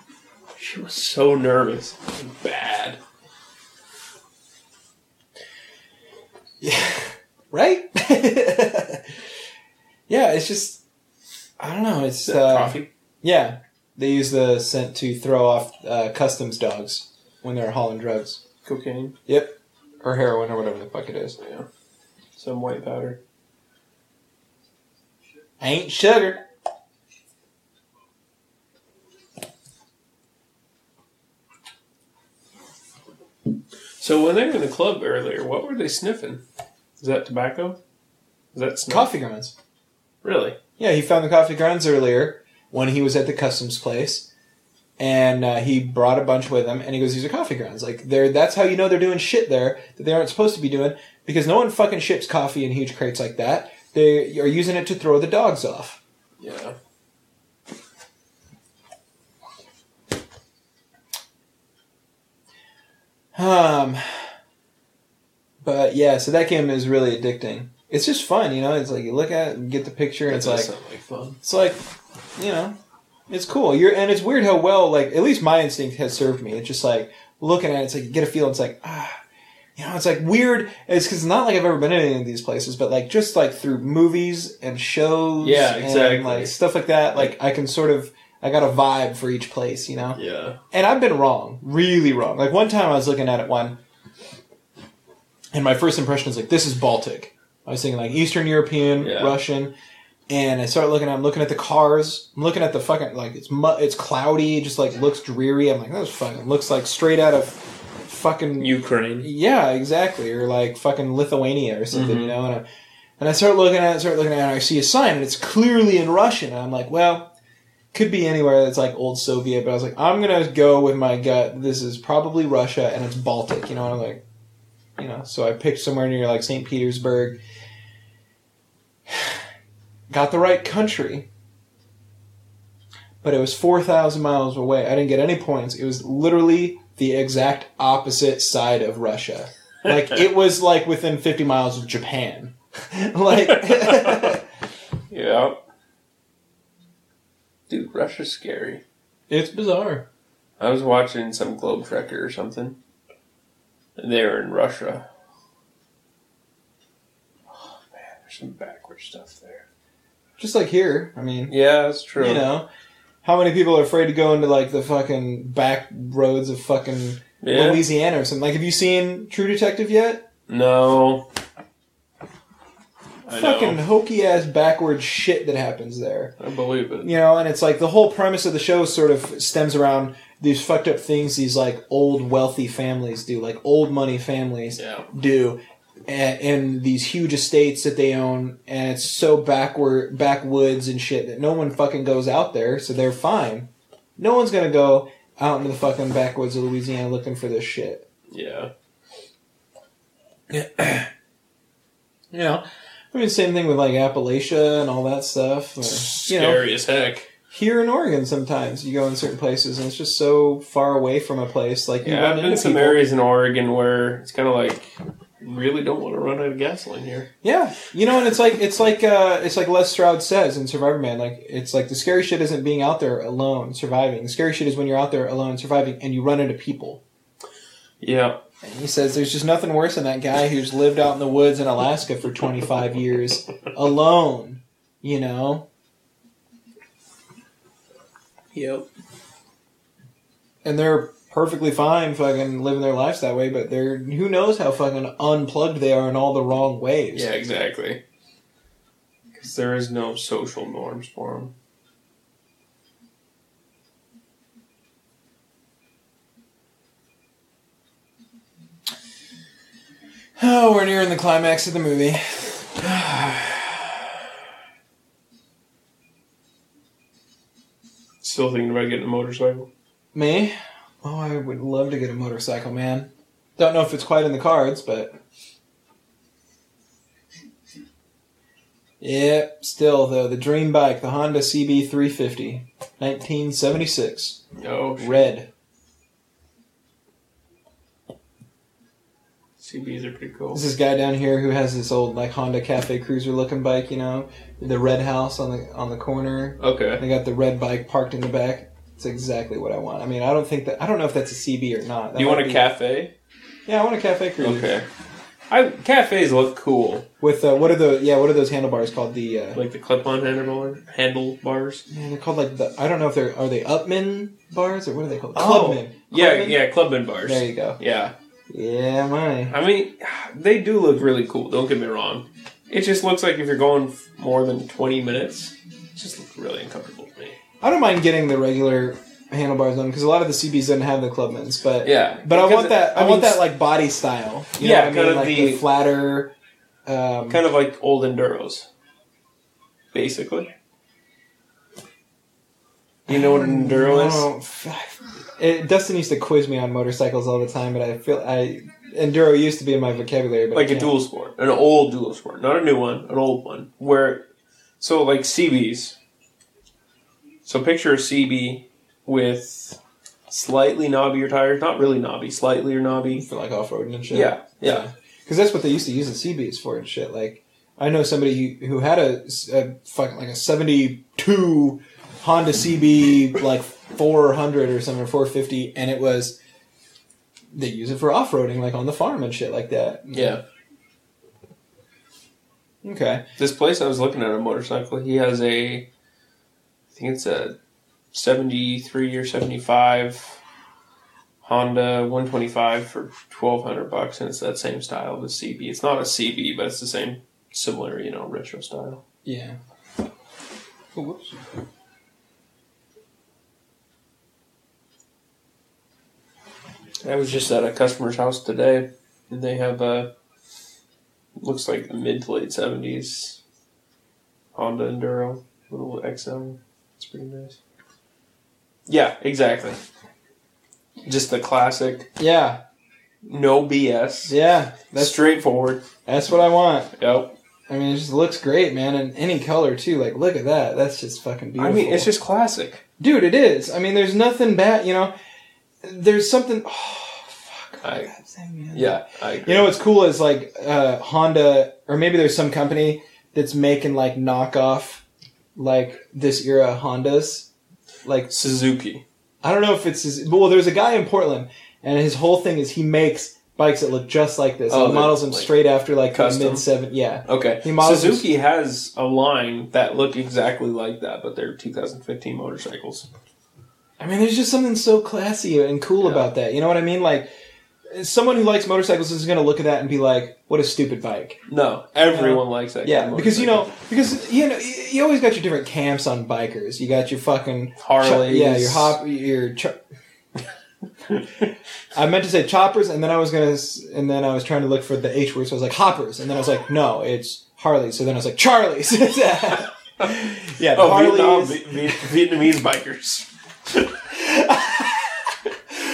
Speaker 3: She was so nervous, bad.
Speaker 2: Right? yeah, it's just I don't know, it's uh,
Speaker 3: Coffee.
Speaker 2: Yeah. They use the scent to throw off uh, customs dogs when they're hauling drugs.
Speaker 3: Cocaine,
Speaker 2: Yep. Or heroin or whatever the fuck it is.
Speaker 3: some white powder.
Speaker 2: Ain't sugar.
Speaker 3: So when they were in the club earlier, what were they sniffing? Is that tobacco? Is that snuff?
Speaker 2: Coffee grounds.
Speaker 3: Really?
Speaker 2: Yeah, he found the coffee grounds earlier when he was at the customs place, and uh, he brought a bunch with him. And he goes, "These are coffee grounds. Like they're that's how you know they're doing shit there that they aren't supposed to be doing because no one fucking ships coffee in huge crates like that. They are using it to throw the dogs off."
Speaker 3: Yeah.
Speaker 2: Um, but yeah, so that game is really addicting. It's just fun, you know. It's like you look at it and get the picture, and it's like
Speaker 3: like fun.
Speaker 2: it's like you know it's cool you're and it's weird how well like at least my instinct has served me it's just like looking at it it's like you get a feel it's like ah you know it's like weird it's because it's not like i've ever been in any of these places but like just like through movies and shows
Speaker 3: Yeah, exactly.
Speaker 2: and like stuff like that like i can sort of i got a vibe for each place you know
Speaker 3: Yeah.
Speaker 2: and I've been wrong, really wrong. Like one time I was looking at it one, and my first impression is like, this is Baltic. I was thinking like Eastern European,
Speaker 3: Yeah.
Speaker 2: Russian, and I start looking. I'm looking at the cars. I'm looking at the fucking like it's mu- it's cloudy, just like looks dreary. I'm like, that's fucking looks like straight out of fucking
Speaker 3: Ukraine.
Speaker 2: yeah, exactly. Or like fucking Lithuania or something, you know? And I, and I start looking at it, start looking at it, and I see a sign, and it's clearly in Russian. And I'm like, well, could be anywhere that's like old Soviet, but I was like, I'm going to go with my gut. This is probably Russia, and it's Baltic, you know? And I'm like, you know, so I picked somewhere near like St. Petersburg. Got the right country. But it was 4,000 miles away. I didn't get any points. It was literally the exact opposite side of Russia. Like, it was like within 50 miles of Japan. like,
Speaker 3: Yeah. Dude, Russia's scary.
Speaker 2: it's bizarre.
Speaker 3: I was watching some Globe Trekker or something. And they were in Russia. Oh man, there's some backward stuff there.
Speaker 2: Just like here. I mean,
Speaker 3: Yeah, that's true.
Speaker 2: you know, how many people are afraid to go into like the fucking back roads of fucking
Speaker 3: Yeah.
Speaker 2: Louisiana or something? Like, have you seen True Detective yet?
Speaker 3: No. I
Speaker 2: fucking
Speaker 3: know.
Speaker 2: hokey ass backward shit that happens there.
Speaker 3: I believe it.
Speaker 2: you know and it's like the whole premise of the show sort of stems around these fucked up things these like old wealthy families do like old money families
Speaker 3: Yeah.
Speaker 2: do and, and these huge estates that they own and it's so backward backwoods and shit that no one fucking goes out there so they're fine no one's gonna go out into the fucking backwoods of louisiana looking for this shit
Speaker 3: Yeah.
Speaker 2: you know i mean same thing with like appalachia and all that stuff or, you know
Speaker 3: Scary as heck.
Speaker 2: here in Oregon sometimes you go in certain places and it's just so far away from a place like you
Speaker 3: Yeah,
Speaker 2: run
Speaker 3: I've been
Speaker 2: into
Speaker 3: to some
Speaker 2: people.
Speaker 3: areas in Oregon where it's kind of like really don't want to run out of gasoline here.
Speaker 2: Yeah, you know, and it's like it's like uh, it's like Les Stroud says in Survivor Man, like it's like the scary shit isn't being out there alone surviving. The scary shit is when you're out there alone surviving and you run into people.
Speaker 3: Yeah,
Speaker 2: And he says there's just nothing worse than that guy who's lived out in the woods in Alaska for 25 years alone. You know. Yep. and they're perfectly fine fucking living their lives that way, but they're who knows how fucking unplugged they are in all the wrong ways.
Speaker 3: yeah, exactly. Because there is no social norms for them.
Speaker 2: Oh, we're nearing the climax of the movie.
Speaker 3: Still thinking about getting a motorcycle.
Speaker 2: Me? Oh, I would love to get a motorcycle, man. Don't know if it's quite in the cards, but Yep, still though, the dream bike, the Honda CB350, 1976,
Speaker 3: Oh, shit.
Speaker 2: red.
Speaker 3: CBs are pretty cool.
Speaker 2: There's this guy down here who has this old like Honda Cafe Cruiser looking bike, you know, the red house on the on the corner.
Speaker 3: Okay.
Speaker 2: They got the red bike parked in the back. It's exactly what I want. I mean, I don't think that I don't know if that's a CB or not. That
Speaker 3: Do you want
Speaker 2: might
Speaker 3: a
Speaker 2: be-
Speaker 3: cafe?
Speaker 2: Yeah, I want a cafe cruiser.
Speaker 3: Okay. I cafes look cool,
Speaker 2: With uh, what are the yeah what are those handlebars called? The uh,
Speaker 3: like the clip-on handlebar handlebars.
Speaker 2: man, they're called like the I don't know if they're are they Upman bars or what are they called? Clubman.
Speaker 3: Oh, Yeah,
Speaker 2: Clubman?
Speaker 3: yeah, clubman bars.
Speaker 2: There you go.
Speaker 3: Yeah.
Speaker 2: Yeah, my.
Speaker 3: I mean, they do look really cool. Don't get me wrong. It just looks like if you're going f- more than 20 minutes, it just looks really uncomfortable to me.
Speaker 2: I don't mind getting the regular handlebars on because a lot of the CBs don't have the Clubmans, but
Speaker 3: Yeah,
Speaker 2: but I
Speaker 3: because
Speaker 2: want that.
Speaker 3: it-
Speaker 2: I,
Speaker 3: I
Speaker 2: want
Speaker 3: mean,
Speaker 2: that like body style. You
Speaker 3: Yeah,
Speaker 2: know what I
Speaker 3: kind
Speaker 2: mean?
Speaker 3: of
Speaker 2: like
Speaker 3: the-
Speaker 2: the flatter. Um,
Speaker 3: Kind of like old enduros. basically. You know what an enduro
Speaker 2: I
Speaker 3: is?
Speaker 2: don't- It, Dustin used to quiz me on motorcycles all the time, but I feel I enduro used to be in my vocabulary, but I
Speaker 3: like a
Speaker 2: can't.
Speaker 3: dual sport, an old dual sport, not a new one, an old one. Where, so like CBs. So picture a CB with slightly knobbier tires, not really knobby, slightly or knobby.
Speaker 2: for like off roading and shit.
Speaker 3: Yeah, yeah.
Speaker 2: because that's what they used to use the CBs for and shit. Like I know somebody who- who had a, s- a fucking like a '72 Honda CB like 400 or something, or 450, and it was they use it for off roading, like on the farm and shit like that.
Speaker 3: Yeah.
Speaker 2: Okay,
Speaker 3: This place I was looking at a motorcycle. He has a, I think it's a, seventy-three or seventy-five. Honda 125 for 1200 bucks and it's that same style of a CB. It's not a CB, but it's the same similar, you know, retro style.
Speaker 2: yeah. Oh, whoops.
Speaker 3: I was just at a customer's house today, and they have a looks like a mid to late seventies Honda Enduro, little XM. It's pretty nice. Yeah, exactly. Just the classic,
Speaker 2: Yeah,
Speaker 3: no BS,
Speaker 2: yeah. That's
Speaker 3: straightforward.
Speaker 2: that's what I want.
Speaker 3: Yep.
Speaker 2: I mean, it just looks great, man, and any color too. Like, look at that. That's just fucking beautiful.
Speaker 3: I mean, it's just classic.
Speaker 2: dude, it is. I mean, there's nothing bad. You know, there's something. Oh, fuck.
Speaker 3: I-
Speaker 2: God's sake, man.
Speaker 3: Yeah, I agree.
Speaker 2: You know what's cool is like uh, Honda, or maybe there's some company that's making like knockoff, like this era Hondas. Like
Speaker 3: Suzuki.
Speaker 2: I don't know if it's his, but well, there's a guy in Portland, and his whole thing is he makes bikes that look just like this.
Speaker 3: Oh,
Speaker 2: he models them
Speaker 3: like
Speaker 2: straight after like the
Speaker 3: custom?
Speaker 2: mid seven. Yeah,
Speaker 3: Okay.
Speaker 2: He models his-
Speaker 3: Suzuki has a line that look exactly like that, but they're 2015 motorcycles.
Speaker 2: I mean, there's just something so classy and cool
Speaker 3: Yeah.
Speaker 2: about that. You know what I mean? Like, someone who likes motorcycles is going to look at that and be like, "What a stupid bike!"
Speaker 3: No, everyone likes that.
Speaker 2: Yeah,
Speaker 3: kind of
Speaker 2: because you
Speaker 3: motorcycle.
Speaker 2: know, because you know, y- you always got your different camps on bikers. You got your fucking
Speaker 3: Harleys.
Speaker 2: yeah, your hop, your. Cho- I meant to say choppers, and then I was gonna, s- and then I was trying to look for the H word, so I was like hoppers, and then I was like, no, it's Harleys. So then I was like Charlies. yeah, the
Speaker 3: Oh, Vietnam,
Speaker 2: Harleys.
Speaker 3: Vi- Vi- Vietnamese bikers.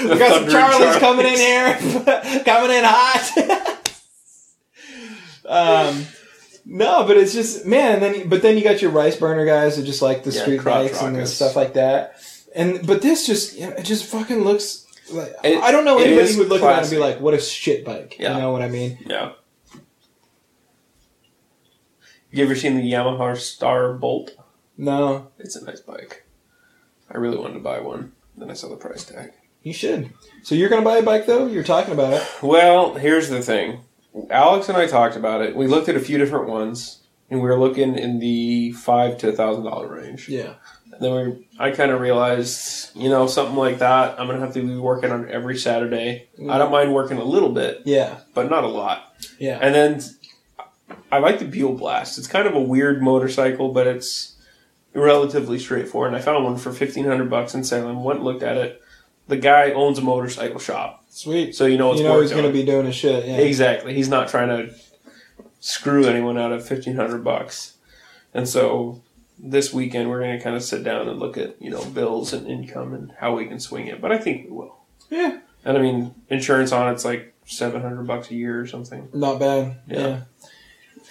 Speaker 2: We got some Charlies coming in here, coming in hot. um, no, but it's just man. Then but then you got your rice burner guys that just like the
Speaker 3: Yeah,
Speaker 2: street
Speaker 3: crotch
Speaker 2: bikes and
Speaker 3: rockets.
Speaker 2: stuff like that. And but this just you know, it just fucking looks. Like,
Speaker 3: It-
Speaker 2: I don't know
Speaker 3: it
Speaker 2: anybody
Speaker 3: is
Speaker 2: who would look at that and be
Speaker 3: classic.
Speaker 2: like, "What a shit bike."
Speaker 3: Yeah.
Speaker 2: You know what I mean?
Speaker 3: Yeah. You ever seen the Yamaha Star Bolt?
Speaker 2: No,
Speaker 3: It's a nice bike. I really wanted to buy one. Then I saw the price tag.
Speaker 2: you should. So you're gonna buy a bike though? You're talking about it.
Speaker 3: Well, here's the thing. Alex and I talked about it. We looked at a few different ones, and we were looking in the five to thousand dollar range.
Speaker 2: Yeah.
Speaker 3: then we, I kind of realized, you know, something like that. I'm gonna have to be working on every Saturday. I don't mind working a little bit,
Speaker 2: Yeah.
Speaker 3: but not a lot.
Speaker 2: Yeah.
Speaker 3: And then I like the Buell Blast. It's kind of a weird motorcycle, but it's relatively straightforward. And I found one for fifteen hundred bucks in Salem. Went and looked at it. The guy owns a motorcycle shop,
Speaker 2: Sweet.
Speaker 3: so you know it's
Speaker 2: you know he's
Speaker 3: worked on.
Speaker 2: gonna be doing his shit. Yeah.
Speaker 3: Exactly. He's not trying to screw anyone out of fifteen hundred bucks. And so this weekend we're gonna kinda sit down and look at, you know, bills and income and how we can swing it. But I think we will.
Speaker 2: Yeah.
Speaker 3: And I mean insurance on it's like seven hundred bucks a year or something.
Speaker 2: Not bad. Yeah.
Speaker 3: Yeah.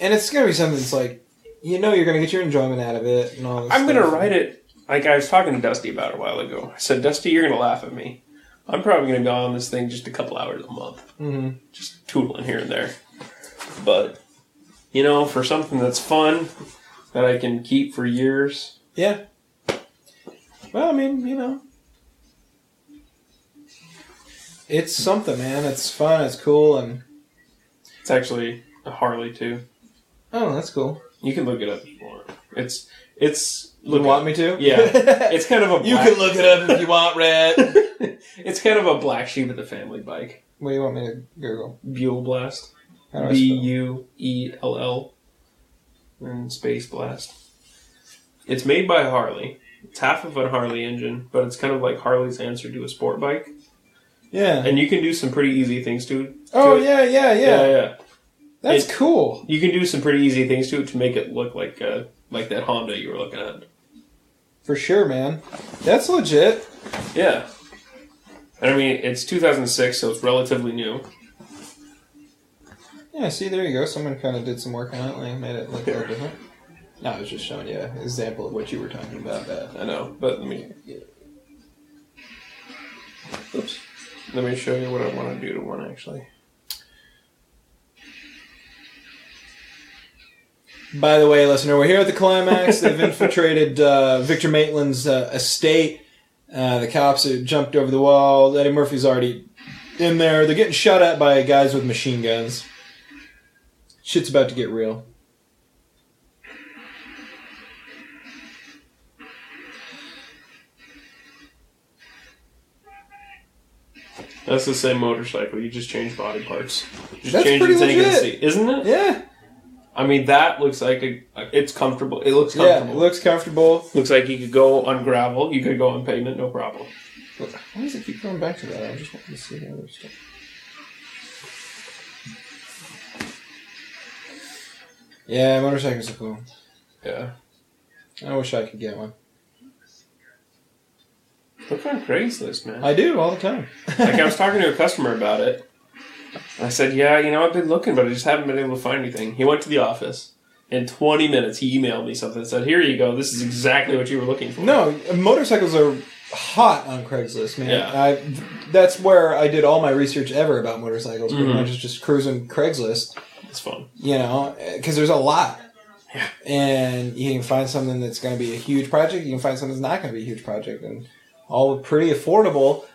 Speaker 2: And it's gonna be something that's like you know you're gonna get your enjoyment out of it and all this
Speaker 3: I'm gonna
Speaker 2: stuff.
Speaker 3: write it like I was talking to Dusty about it a while ago. I said, Dusty, you're gonna laugh at me. I'm probably gonna go on this thing just a couple hours a month.
Speaker 2: Mhm.
Speaker 3: Just tootling here and there. But you know, for something that's fun that I can keep for years,
Speaker 2: Yeah. Well, I mean, you know. It's something, man. It's fun, it's cool and
Speaker 3: It's actually a Harley too.
Speaker 2: oh that's cool.
Speaker 3: You can look it up if you want. It's it's
Speaker 2: You
Speaker 3: look
Speaker 2: want me to?
Speaker 3: Yeah. it's kind of a black,
Speaker 2: you can look it up if you want, Red.
Speaker 3: it's kind of a black sheep of the family bike.
Speaker 2: what do you want me to Google?
Speaker 3: Buell Blast.
Speaker 2: How do I
Speaker 3: B
Speaker 2: spell?
Speaker 3: U E L L and Space Blast. It's made by Harley. It's half of a Harley engine, but it's kind of like Harley's answer to a sport bike.
Speaker 2: Yeah.
Speaker 3: And you can do some pretty easy things to it.
Speaker 2: Oh
Speaker 3: to it.
Speaker 2: yeah, yeah, yeah.
Speaker 3: yeah.
Speaker 2: That's
Speaker 3: It-
Speaker 2: cool.
Speaker 3: You can do some pretty easy things to it to make it look like a like that Honda you were looking at.
Speaker 2: for sure, man. That's legit.
Speaker 3: Yeah. And I mean, it's 2006, so it's relatively new.
Speaker 2: Yeah, see, there you go. Someone kind of did some work on it, like made it look a little different. No, I was just showing you an example of what you were talking about. That.
Speaker 3: I know, but let me. Oops. Let me show you what I want to do to one actually.
Speaker 2: By the way, listener, we're here at the climax. They've infiltrated uh, Victor Maitland's uh, estate. Uh, the cops have jumped over the wall. Eddie Murphy's already in there. They're getting shot at by guys with machine guns. Shit's about to get real.
Speaker 3: That's the same motorcycle. You just change body parts. You just
Speaker 2: That's
Speaker 3: change
Speaker 2: pretty
Speaker 3: its
Speaker 2: legit.
Speaker 3: Agency, isn't it?
Speaker 2: Yeah,
Speaker 3: I mean, that looks like a. It's comfortable. It looks
Speaker 2: yeah.
Speaker 3: comfortable.
Speaker 2: It looks comfortable.
Speaker 3: Looks like you could go on gravel. You could go on pavement, no problem.
Speaker 2: Why does it keep going back to that? I just wanted to see the other stuff. Yeah, motorcycles are cool.
Speaker 3: Yeah.
Speaker 2: I wish I could get one.
Speaker 3: Look on Craigslist, man.
Speaker 2: I do all the time.
Speaker 3: Like I was talking to a customer about it. I said, "Yeah, you know, I've been looking, but I just haven't been able to find anything." He went to the office. In 20 minutes, he emailed me something and said, "Here you go. This is exactly what you were looking for."
Speaker 2: No, motorcycles are hot on Craigslist, man.
Speaker 3: Yeah.
Speaker 2: I, that's where I did all my research ever about motorcycles. Pretty
Speaker 3: Mhm.
Speaker 2: much is just cruising Craigslist,
Speaker 3: it's fun.
Speaker 2: you know, because there's a lot. And you can find something that's going to be a huge project. You can find something that's not going to be a huge project, and all pretty affordable.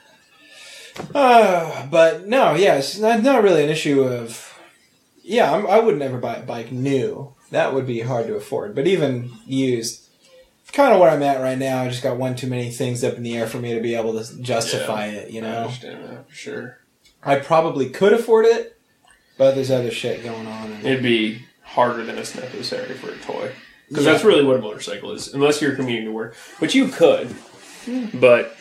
Speaker 2: Uh, but no, yeah, it's not, not really an issue of. Yeah, I'm, I would never buy a bike new. That would be hard to afford. But even used, kind of where I'm at right now, I just got one too many things up in the air for me to be able to justify it. You
Speaker 3: I
Speaker 2: know,
Speaker 3: understand that for sure.
Speaker 2: I probably could afford it, but there's other shit going on. and-
Speaker 3: It'd be harder than it's necessary for a toy because
Speaker 2: Yeah.
Speaker 3: that's really what a motorcycle is, unless you're commuting to work, which you could.
Speaker 2: Hmm.
Speaker 3: But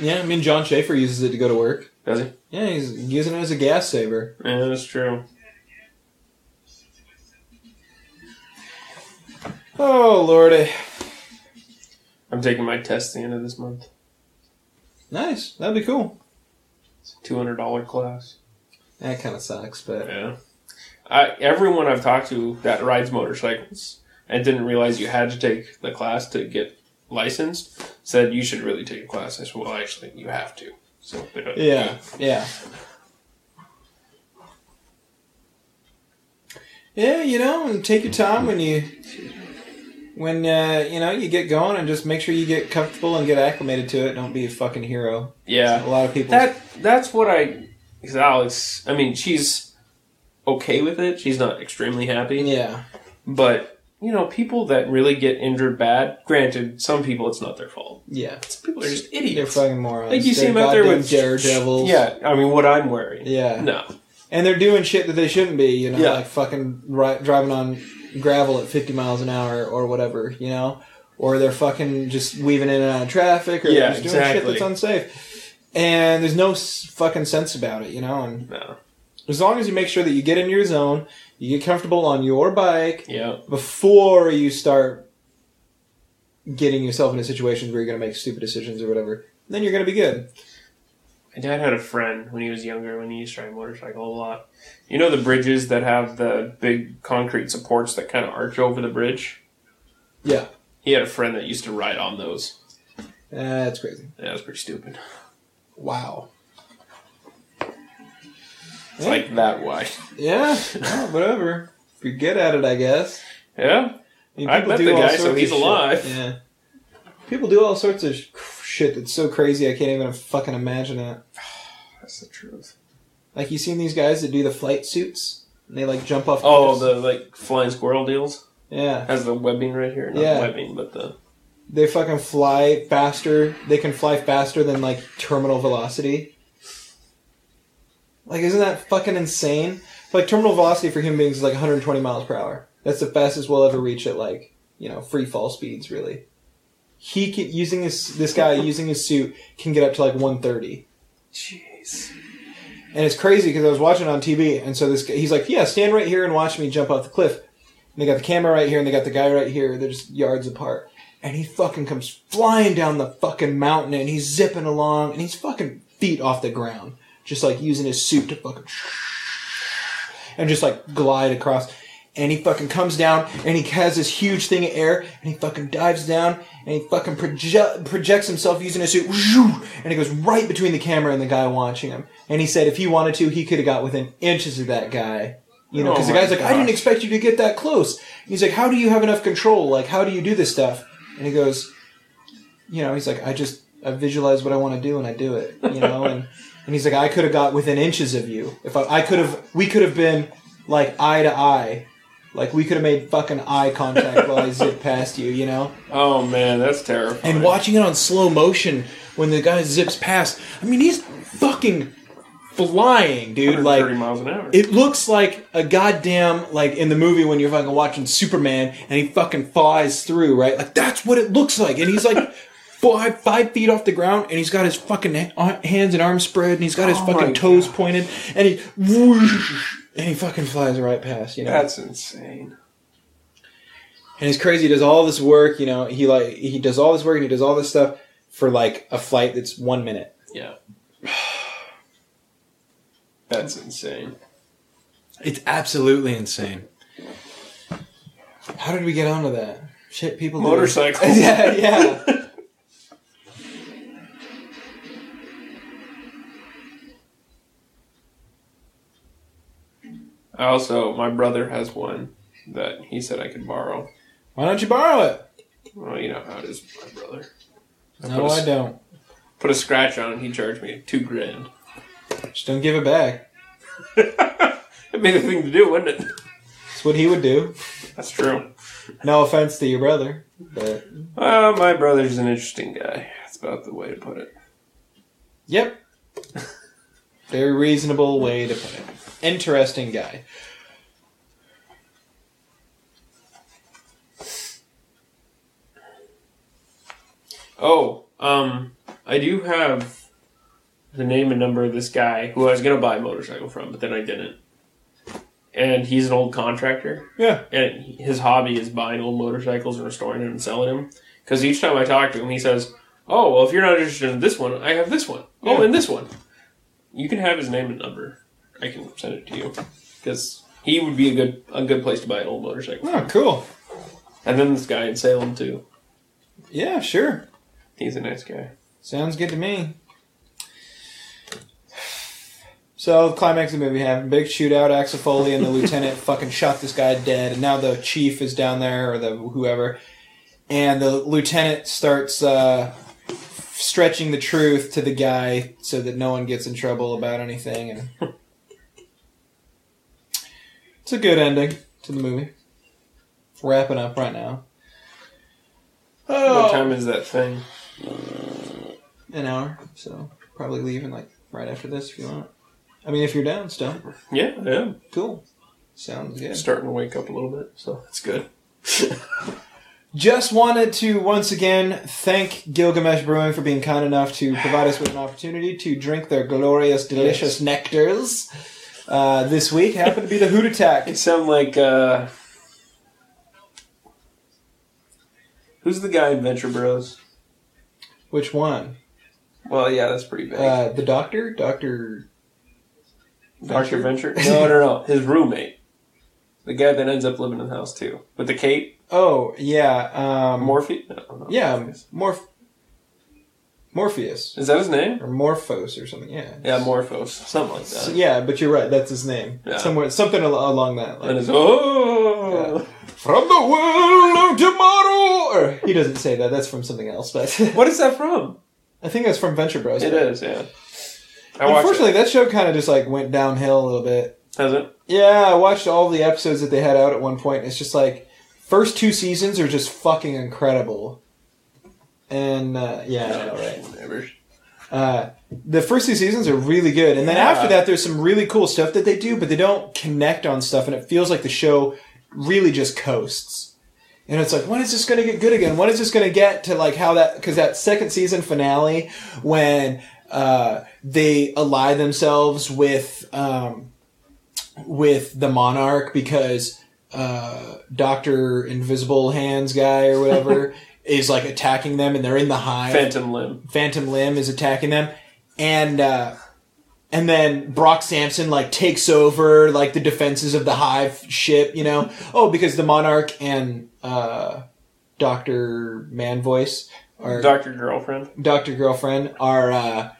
Speaker 2: Yeah, I mean, John Schaefer uses it to go to work.
Speaker 3: does it?
Speaker 2: Yeah, he's using it as a gas saver.
Speaker 3: Yeah, that's true.
Speaker 2: Oh, lordy.
Speaker 3: I'm taking my test at the end of this month.
Speaker 2: Nice. That'd be cool.
Speaker 3: Two hundred dollar class.
Speaker 2: That kind of sucks, but.
Speaker 3: Yeah. I, everyone I've talked to that rides motorcycles and didn't realize you had to take the class to get licensed said you should really take a class. I said, well, actually, you have to. So they don't-
Speaker 2: Yeah, yeah. Yeah, you know, and take your time when you. When, uh, you know, you get going and just make sure you get comfortable and get acclimated to it. Don't be a fucking hero.
Speaker 3: yeah.
Speaker 2: A lot of people.
Speaker 3: That that's what I. Because Alex, I mean, she's okay with it. She's not extremely happy.
Speaker 2: yeah.
Speaker 3: But you know, people that really get injured bad. Granted, some people it's not their fault.
Speaker 2: Yeah.
Speaker 3: Some people are just
Speaker 2: They're
Speaker 3: idiots.
Speaker 2: fucking morons.
Speaker 3: like you see
Speaker 2: They're
Speaker 3: them out there
Speaker 2: goddamn
Speaker 3: with
Speaker 2: daredevils.
Speaker 3: Yeah, I mean, what I'm wearing.
Speaker 2: Yeah.
Speaker 3: No,
Speaker 2: and they're doing shit that they shouldn't be. You know,
Speaker 3: Yeah.
Speaker 2: like fucking ri- driving on gravel at fifty miles an hour or whatever. You know, or they're fucking just weaving in and out of traffic or
Speaker 3: Yeah,
Speaker 2: they're just doing
Speaker 3: exactly.
Speaker 2: shit that's unsafe. And there's no s- fucking sense about it, you know. And
Speaker 3: no.
Speaker 2: as long as you make sure that you get in your zone, you get comfortable on your bike
Speaker 3: Yeah.
Speaker 2: before you start getting yourself into situations where you're going to make stupid decisions or whatever, then you're going to be good.
Speaker 3: My dad had a friend when he was younger when he used to ride a motorcycle a lot. You know the bridges that have the big concrete supports that kind of arch over the bridge?
Speaker 2: Yeah,
Speaker 3: He had a friend that used to ride on those.
Speaker 2: that's crazy.
Speaker 3: That was pretty stupid.
Speaker 2: Wow.
Speaker 3: It's like that wide.
Speaker 2: Yeah, well, whatever. If you're good at it, I guess.
Speaker 3: Yeah?
Speaker 2: I, mean,
Speaker 3: I
Speaker 2: people
Speaker 3: met
Speaker 2: do
Speaker 3: the
Speaker 2: all
Speaker 3: guy, so
Speaker 2: sorts of
Speaker 3: he's
Speaker 2: shit.
Speaker 3: alive.
Speaker 2: Yeah. People do all sorts of sh- shit that's so crazy I can't even fucking imagine it.
Speaker 3: That's the truth.
Speaker 2: Like you seen these guys that do the flight suits and they like jump off.
Speaker 3: Oh,
Speaker 2: cliffs?
Speaker 3: the like flying squirrel deals?
Speaker 2: yeah.
Speaker 3: Has the webbing right here. Not
Speaker 2: Yeah.
Speaker 3: webbing, but the
Speaker 2: They fucking fly faster. They can fly faster than like terminal velocity. Like, isn't that fucking insane? Like terminal velocity for human beings is like 120 miles per hour. That's the fastest we'll ever reach at like you know free fall speeds really. He can, using his this guy using his suit can get up to like 130.
Speaker 3: Jeez.
Speaker 2: And it's crazy because I was watching it on TV, and so this guy, he's like, "Yeah, stand right here and watch me jump off the cliff." And they got the camera right here, and they got the guy right here. They're just yards apart. And he fucking comes flying down the fucking mountain, and he's zipping along, and he's fucking feet off the ground, just like using his suit to fucking and just like glide across. And he fucking comes down and he has this huge thing of air and he fucking dives down and he fucking proje- projects himself using his suit whoosh, and it goes right between the camera and the guy watching him. And he said if he wanted to, he could have got within inches of that guy. You know, because
Speaker 3: Oh
Speaker 2: the guy's
Speaker 3: my
Speaker 2: like, I didn't
Speaker 3: gosh.
Speaker 2: expect you to get that close. And he's like, How do you have enough control? Like, how do you do this stuff? And he goes, You know, he's like, I just, I visualize what I want to do and I do it, you know? And, and he's like, I could have got within inches of you. If I, I could have, we could have been like eye to eye. Like we could have made fucking eye contact while I zipped past you, you know?
Speaker 3: Oh man, that's terrifying.
Speaker 2: And watching it on slow motion when the guy zips past, I mean, he's fucking flying, dude.
Speaker 3: 130
Speaker 2: Like,
Speaker 3: miles an hour.
Speaker 2: it looks like a goddamn like in the movie when you're fucking watching Superman and he fucking flies through, right? Like that's what it looks like, and he's like five five feet off the ground, and he's got his fucking ha- ar- hands and arms spread, and he's got his
Speaker 3: Oh my
Speaker 2: fucking toes
Speaker 3: God.
Speaker 2: pointed, and he whoosh, and he fucking flies right past, you know.
Speaker 3: that's insane.
Speaker 2: And it's crazy. He does all this work, you know. He like he does all this work and he does all this stuff for like a flight that's one minute.
Speaker 3: Yeah. That's insane.
Speaker 2: It's absolutely insane. How did we get onto that? Shit, people. do it.
Speaker 3: Motorcycles.
Speaker 2: yeah, yeah.
Speaker 3: Also, my brother has one that he said I could borrow.
Speaker 2: Why don't you borrow it?
Speaker 3: Well, you know how it is with my brother.
Speaker 2: No, I don't.
Speaker 3: Put a scratch on it, he charged me two grand.
Speaker 2: Just don't give it back.
Speaker 3: It'd be the thing to do, wouldn't it?
Speaker 2: That's what he would do.
Speaker 3: That's true.
Speaker 2: No offense to your brother, but
Speaker 3: Well, my brother's an interesting guy. That's about the way to put it.
Speaker 2: yep. Very reasonable way to put it. Interesting guy.
Speaker 3: Oh, um, I do have the name and number of this guy who I was gonna buy a motorcycle from, but then I didn't. And he's an old contractor,
Speaker 2: Yeah.
Speaker 3: and his hobby is buying old motorcycles and restoring them and selling them. Because each time I talk to him, he says, "Oh, well, if you're not interested in this one, I have this one. Oh,
Speaker 2: Yeah.
Speaker 3: and this one. You can have his name and number. I can send it to you because he would be a good a good place to buy an old motorcycle.
Speaker 2: Oh, cool.
Speaker 3: And then this guy in Salem too.
Speaker 2: Yeah, sure.
Speaker 3: He's a nice guy.
Speaker 2: Sounds good to me. So, climax of the movie happened. Big shootout. Axel Foley and the lieutenant fucking shot this guy dead. And now the chief is down there, or the whoever. And the lieutenant starts uh, stretching the truth to the guy so that no one gets in trouble about anything. And it's a good ending to the movie. Wrapping up right now.
Speaker 3: What time is that thing?
Speaker 2: an hour, so probably leaving like right after this if you want. I mean, if you're down still,
Speaker 3: Yeah, yeah.
Speaker 2: cool. Sounds good.
Speaker 3: starting to wake up a little bit, so that's good.
Speaker 2: Just wanted to once again thank Gilgamesh Brewing for being kind enough to provide us with an opportunity to drink their glorious, delicious nectars. Uh, this week happened to be the Hoot Attack.
Speaker 3: You sound like uh Who's the guy in Venture Bros?
Speaker 2: Which one?
Speaker 3: Well, yeah, that's pretty big.
Speaker 2: Uh, the doctor? Doctor.
Speaker 3: Dr. Venture? No, no, no. His roommate. The guy that ends up living in the house too. With the cape?
Speaker 2: Oh, yeah. Um,
Speaker 3: Morphe? No, no.
Speaker 2: yeah, Morph. Morpheus.
Speaker 3: Is that his name?
Speaker 2: Or Morphos or something, yeah.
Speaker 3: Yeah, Morphos. Something like
Speaker 2: So,
Speaker 3: that.
Speaker 2: yeah, but you're right. That's his name.
Speaker 3: Uh, Yeah.
Speaker 2: Somewhere, something al- along that.
Speaker 3: And
Speaker 2: Like,
Speaker 3: it's oh
Speaker 2: from the world of tomorrow. Or, he doesn't say that. That's from something else. But
Speaker 3: What is that from?
Speaker 2: I think that's from Venture Bros.
Speaker 3: It is, yeah. I watched
Speaker 2: Unfortunately,
Speaker 3: it.
Speaker 2: that show kind of just like went downhill a little bit.
Speaker 3: Has it?
Speaker 2: Yeah, I watched all the episodes that they had out at one point. and It's just like first two seasons are just fucking incredible. And uh, yeah, I know, right.
Speaker 3: Whatever.
Speaker 2: Uh, the first two seasons are really good, and then
Speaker 3: Yeah.
Speaker 2: after that, there's some really cool stuff that they do, but they don't connect on stuff, and it feels like the show really just coasts. And it's like, when is this going to get good again? When is this going to get to like how that? Because that second season finale, when uh, they ally themselves with um, with the monarch because uh, Doctor Invisible Hands guy or whatever is like attacking them, and they're in the hive.
Speaker 3: Phantom Limb.
Speaker 2: Phantom Limb is attacking them, and uh, and then Brock Sampson like takes over like the defenses of the Hive ship, you know. Oh, because the Monarch and uh, Doctor Man Voice are
Speaker 3: Doctor Girlfriend.
Speaker 2: Doctor Girlfriend are uh,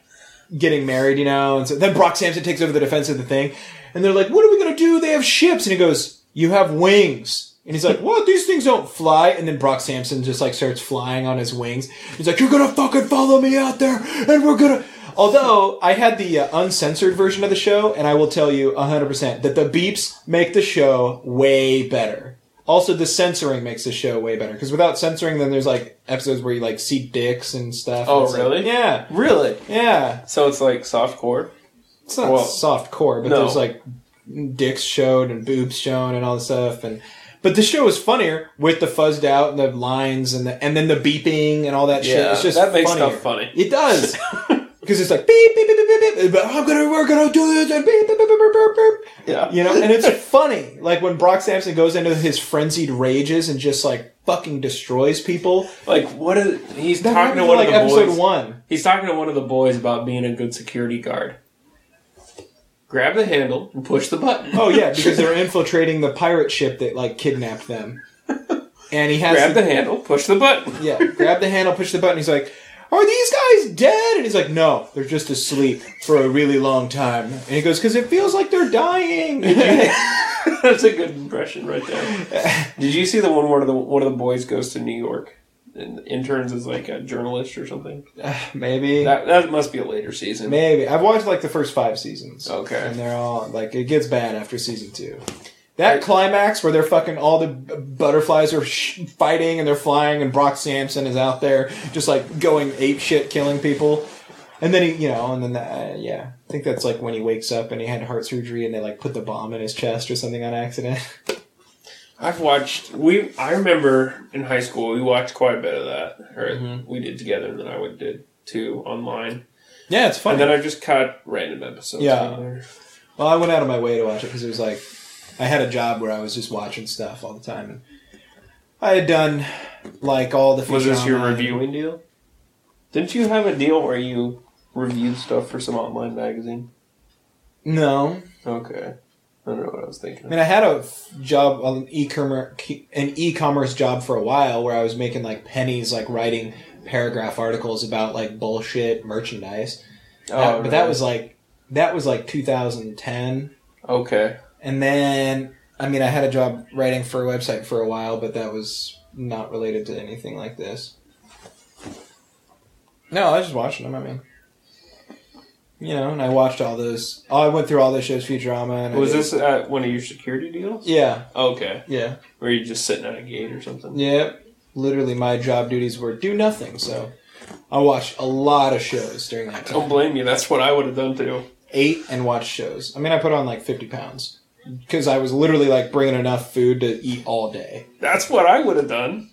Speaker 2: getting married, you know, and so then Brock Sampson takes over the defense of the thing, and they're like, "What are we gonna do? They have ships," and he goes, "You have wings." And he's like, "What? These things don't fly." And then Brock Sampson just like starts flying on his wings. He's like, "You're gonna fucking follow me out there, and we're gonna." Although I had the uh, uncensored version of the show, and I will tell you 100% that the beeps make the show way better. Also, the censoring makes the show way better because without censoring, then there's like episodes where you like see dicks and stuff.
Speaker 3: Oh,
Speaker 2: It's like-
Speaker 3: really?
Speaker 2: yeah.
Speaker 3: Really?
Speaker 2: Yeah,
Speaker 3: So it's like soft core.
Speaker 2: it's not
Speaker 3: Well,
Speaker 2: soft core, but
Speaker 3: no.
Speaker 2: there's like dicks shown and boobs shown and all this stuff. And but the show is funnier with the fuzzed out and the lines and the and then the beeping and all that shit.
Speaker 3: Yeah,
Speaker 2: It's just
Speaker 3: that makes
Speaker 2: funnier.
Speaker 3: stuff funny.
Speaker 2: It does because it's like beep beep beep beep beep beep. But I'm gonna we're gonna do this and beep beep beep beep beep beep.
Speaker 3: Yeah.
Speaker 2: You know, and it's funny. Like when Brock Sampson goes into his frenzied rages and just like fucking destroys people.
Speaker 3: Like what is he's
Speaker 2: That
Speaker 3: talking
Speaker 2: happened
Speaker 3: to
Speaker 2: in
Speaker 3: one
Speaker 2: like
Speaker 3: of the
Speaker 2: episode
Speaker 3: boys.
Speaker 2: one.
Speaker 3: He's talking to one of the boys about being a good security guard. Grab the handle and push the button.
Speaker 2: Oh yeah, because they're infiltrating the pirate ship that like kidnapped them. And he has
Speaker 3: Grab the handle, push the button.
Speaker 2: yeah, grab the handle, push the button. He's like, "Are these guys dead?" And he's like, "No, they're just asleep for a really long time." And he goes, "Cause it feels like they're dying."
Speaker 3: That's a good impression right there. Did you see the one where the one of the boys goes to New York and interns as like a journalist or something?
Speaker 2: maybe,
Speaker 3: That that must be a later season.
Speaker 2: maybe I've watched like the first five seasons.
Speaker 3: Okay.
Speaker 2: and they're all like, it gets bad after season two. That climax where they're fucking all the b- butterflies are sh- fighting and they're flying and Brock Sampson is out there just like going ape shit, killing people. And then he, you know, and then that, uh, yeah, I think that's like when he wakes up and he had heart surgery and they like put the bomb in his chest or something on accident.
Speaker 3: I've watched we I remember in high school we watched quite a bit of that. Or
Speaker 2: Mm-hmm.
Speaker 3: we did together and then I would did too online.
Speaker 2: Yeah, it's
Speaker 3: And
Speaker 2: funny.
Speaker 3: then I just cut random episodes
Speaker 2: Yeah.
Speaker 3: in there.
Speaker 2: well, I went out of my way to watch it because it was like I had a job where I was just watching stuff all the time. And I had done like all the.
Speaker 3: Was this your
Speaker 2: Futurama and-
Speaker 3: reviewing deal? Didn't you have a deal where you reviewed stuff for some online magazine?
Speaker 2: No,
Speaker 3: Okay. I don't know what I was thinking.
Speaker 2: I
Speaker 3: of.
Speaker 2: mean I had a f- job an e-commerce an e-commerce job for a while where I was making like pennies like writing paragraph articles about like bullshit merchandise.
Speaker 3: Oh,
Speaker 2: That- but that
Speaker 3: right.
Speaker 2: was like that was like 2010
Speaker 3: okay.
Speaker 2: And then, I mean, I had a job writing for a website for a while, but that was not related to anything like this. No, I was just watching them. I mean, you know, and I watched all those. Oh, I went through all those shows, Futurama. And I
Speaker 3: Was
Speaker 2: did-
Speaker 3: this at one of your security deals?
Speaker 2: Yeah,
Speaker 3: Okay.
Speaker 2: yeah,
Speaker 3: Were you just sitting at a gate or something?
Speaker 2: yeah. Literally, my job duties were do nothing. So, I watched a lot of shows during that
Speaker 3: Don't
Speaker 2: time.
Speaker 3: blame you. That's what I would have done too.
Speaker 2: Ate and watched shows. I mean, I put on like fifty pounds because I was literally like bringing enough food to eat all day.
Speaker 3: That's what I would have done.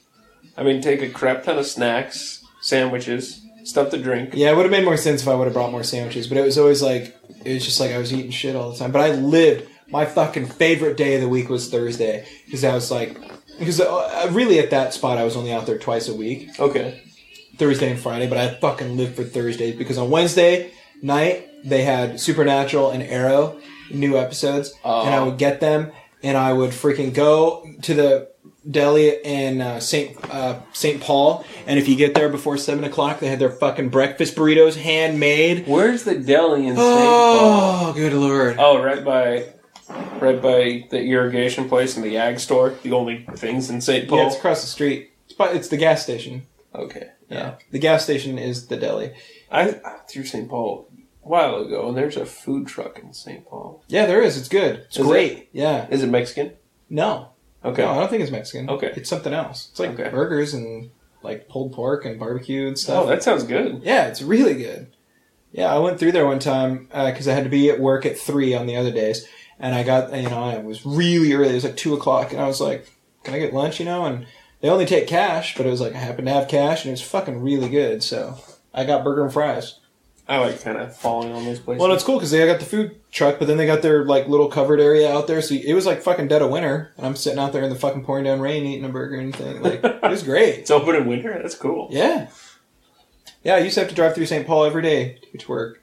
Speaker 3: I mean, take a crap ton of snacks, sandwiches, stuff to drink.
Speaker 2: Yeah, it would have made more sense if I would have brought more sandwiches, but it was always like it was just like I was eating shit all the time. But I lived my fucking favorite day of the week was Thursday because I was like because uh, really at that spot I was only out there twice a week,
Speaker 3: Okay.
Speaker 2: Thursday and Friday, but I fucking lived for Thursdays because on Wednesday night they had Supernatural and Arrow new episodes and I would get them and I would freaking go to the deli in uh, Saint uh, Saint Paul and if you get there before seven o'clock they had their fucking breakfast burritos handmade.
Speaker 3: Where's the deli in St. Paul?
Speaker 2: Oh, good lord!
Speaker 3: Oh, right by, right by the irrigation place and the ag store. The only things in St. Paul.
Speaker 2: Yeah, it's across the street. It's by, it's the gas station.
Speaker 3: okay.
Speaker 2: Yeah. the gas station is the deli.
Speaker 3: I through St. Paul a while ago, and there's a food truck in St. Paul.
Speaker 2: Yeah, there is. It's good. It's
Speaker 3: Is
Speaker 2: great. Yeah.
Speaker 3: Is it Mexican?
Speaker 2: No.
Speaker 3: Okay.
Speaker 2: No, I don't think it's Mexican.
Speaker 3: Okay.
Speaker 2: It's something else. It's like
Speaker 3: Okay.
Speaker 2: burgers and like pulled pork and barbecue and stuff.
Speaker 3: oh, that sounds good.
Speaker 2: yeah, it's really good. Yeah, I went through there one time because I had to be at work at three on the other days, and I got you know I was really early. It was like two o'clock, and I was like, "Can I get lunch?" You know, and they only take cash, but it was like I happened to have cash, and it was fucking really good. So I got burger and fries.
Speaker 3: I like kind of falling on those places.
Speaker 2: Well, it's cool because they got the food truck, but then they got their like little covered area out there. So it was like fucking dead of winter, and I'm sitting out there in the fucking pouring down rain, eating a burger and thing. Like it was great.
Speaker 3: It's open in winter. That's cool.
Speaker 2: Yeah, yeah. I used to have to drive through St. Paul every day to work,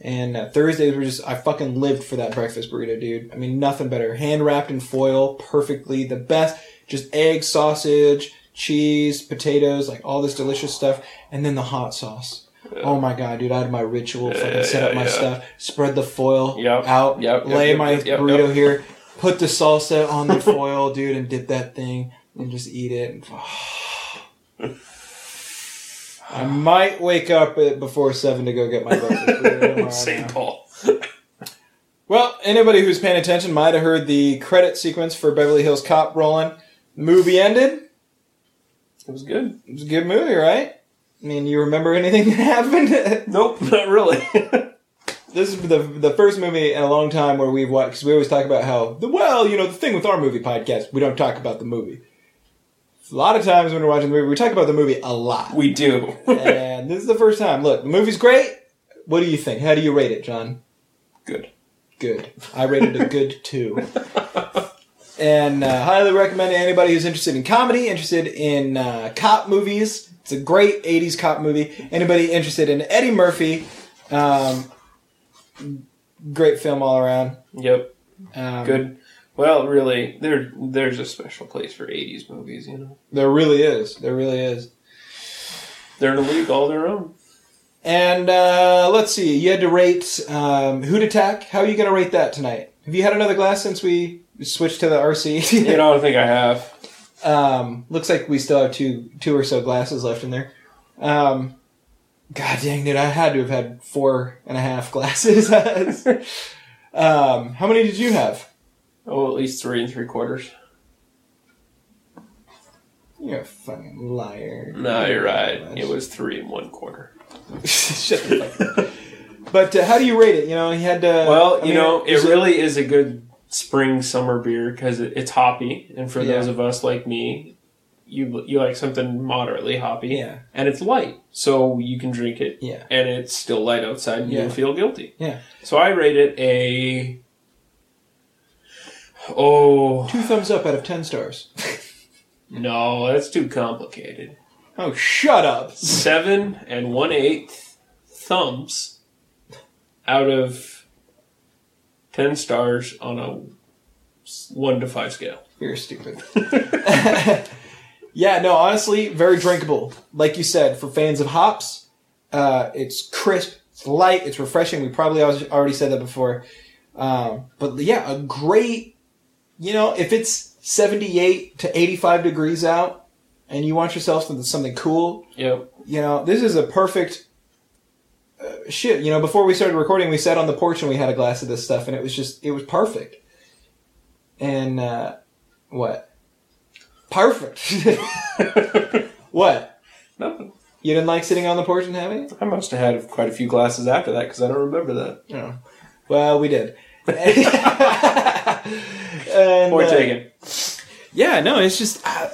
Speaker 2: and uh, Thursdays were just I fucking lived for that breakfast burrito, dude. I mean, nothing better. Hand wrapped in foil, perfectly the best. Just egg, sausage, cheese, potatoes, like all this delicious stuff, and then the hot sauce. Oh my god, dude! I had my ritual, fucking set
Speaker 3: yeah,
Speaker 2: up my
Speaker 3: yeah.
Speaker 2: stuff, spread the foil
Speaker 3: Yep,
Speaker 2: out,
Speaker 3: yep, yep,
Speaker 2: lay
Speaker 3: yep,
Speaker 2: my
Speaker 3: yep, yep,
Speaker 2: burrito
Speaker 3: yep.
Speaker 2: here, put the salsa on the foil, dude, and dip that thing, and just eat it. And, I might wake up at- before seven to go get my breakfast. burrito tomorrow.
Speaker 3: St. Paul.
Speaker 2: Well, anybody who's paying attention might have heard the credit sequence for Beverly Hills Cop rolling. Movie ended.
Speaker 3: It was good.
Speaker 2: It was a good movie, right? I mean, you remember anything that happened?
Speaker 3: Nope, not really.
Speaker 2: this is the the first movie in a long time where we've watched because we always talk about how the well you know the thing with our movie podcast we don't talk about the movie a lot of times when we're watching the movie we talk about the movie a lot
Speaker 3: we do.
Speaker 2: and this is the first time look the movie's great what do you think how do you rate it john
Speaker 3: good.
Speaker 2: good i rated it a good two and uh, highly recommend to anybody who's interested in comedy interested in uh, cop movies it's a great 80s cop movie anybody interested in eddie murphy um, great film all around
Speaker 3: Yep.
Speaker 2: um,
Speaker 3: Good. Well, really, there there's a special place for '80s movies. You know,
Speaker 2: There really is. There really is.
Speaker 3: they're in a league all their own.
Speaker 2: And uh, let's see. You had to rate um, Hoot Attack. How are you going to rate that tonight? Have you had another glass since we switched to the RC?
Speaker 3: You know, I don't think I have.
Speaker 2: um, looks like we still have two, two or so glasses left in there. Um, God dang, dude! I had to have had four and a half glasses. um, how many did you have?
Speaker 3: Oh, at least three and three quarters.
Speaker 2: You're a fucking liar.
Speaker 3: No, you're right. It was three and one quarter.
Speaker 2: Shut the fuck up. But uh, how do you rate it? You know, he had to.
Speaker 3: Well,
Speaker 2: Uh, I
Speaker 3: you
Speaker 2: mean,
Speaker 3: know, it
Speaker 2: is
Speaker 3: really is a good spring summer beer because it, it's hoppy, and for
Speaker 2: Yeah.
Speaker 3: those of us like me, you you like something moderately hoppy,
Speaker 2: Yeah.
Speaker 3: and it's light, so you can drink it,
Speaker 2: Yeah.
Speaker 3: and it's still light outside, and you
Speaker 2: Yeah.
Speaker 3: don't feel guilty.
Speaker 2: Yeah.
Speaker 3: So I rate it a oh
Speaker 2: two thumbs up out of ten stars.
Speaker 3: no, that's too complicated.
Speaker 2: Oh, shut up.
Speaker 3: Seven and one eighth thumbs out of ten stars on a s- one to five scale.
Speaker 2: You're stupid. yeah, no, honestly, very drinkable. Like you said, for fans of hops, uh, it's crisp, it's light, it's refreshing. We probably al- already said that before. Um, but yeah, a great, you know, if it's 78 to 85 degrees out and you want yourself something, something cool,
Speaker 3: Yep.
Speaker 2: you know, this is a perfect uh, shit. You know, before we started recording, we sat on the porch and we had a glass of this stuff, and it was just, it was perfect. And, uh, what? Perfect. what?
Speaker 3: Nothing.
Speaker 2: You didn't like sitting on the porch and having it?
Speaker 3: I must have had quite a few glasses after that because I don't remember that.
Speaker 2: No. Well, we did. and,
Speaker 3: Point
Speaker 2: uh,
Speaker 3: taken.
Speaker 2: Yeah, no, it's just uh,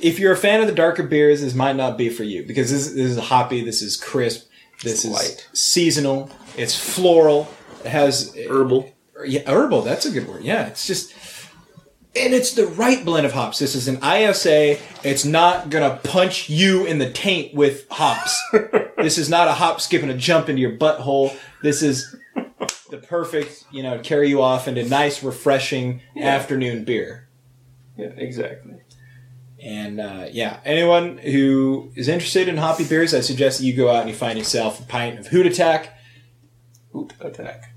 Speaker 2: if you're a fan of the darker beers, this might not be for you because this, this is hoppy, this is crisp, this
Speaker 3: It's
Speaker 2: is
Speaker 3: light.
Speaker 2: seasonal, it's floral, it has
Speaker 3: Herbal.
Speaker 2: yeah, herbal. That's a good word. Yeah, it's just and it's the right blend of hops. This is an ISA. It's not gonna punch you in the taint with hops. this is not a hop skip and a jump into your butthole. This is the perfect, you know, carry you off into nice, refreshing afternoon beer.
Speaker 3: Yeah, exactly.
Speaker 2: And uh, yeah, anyone who is interested in hoppy beers, I suggest that you go out and you find yourself a pint of Hoot Attack.
Speaker 3: Hoot attack.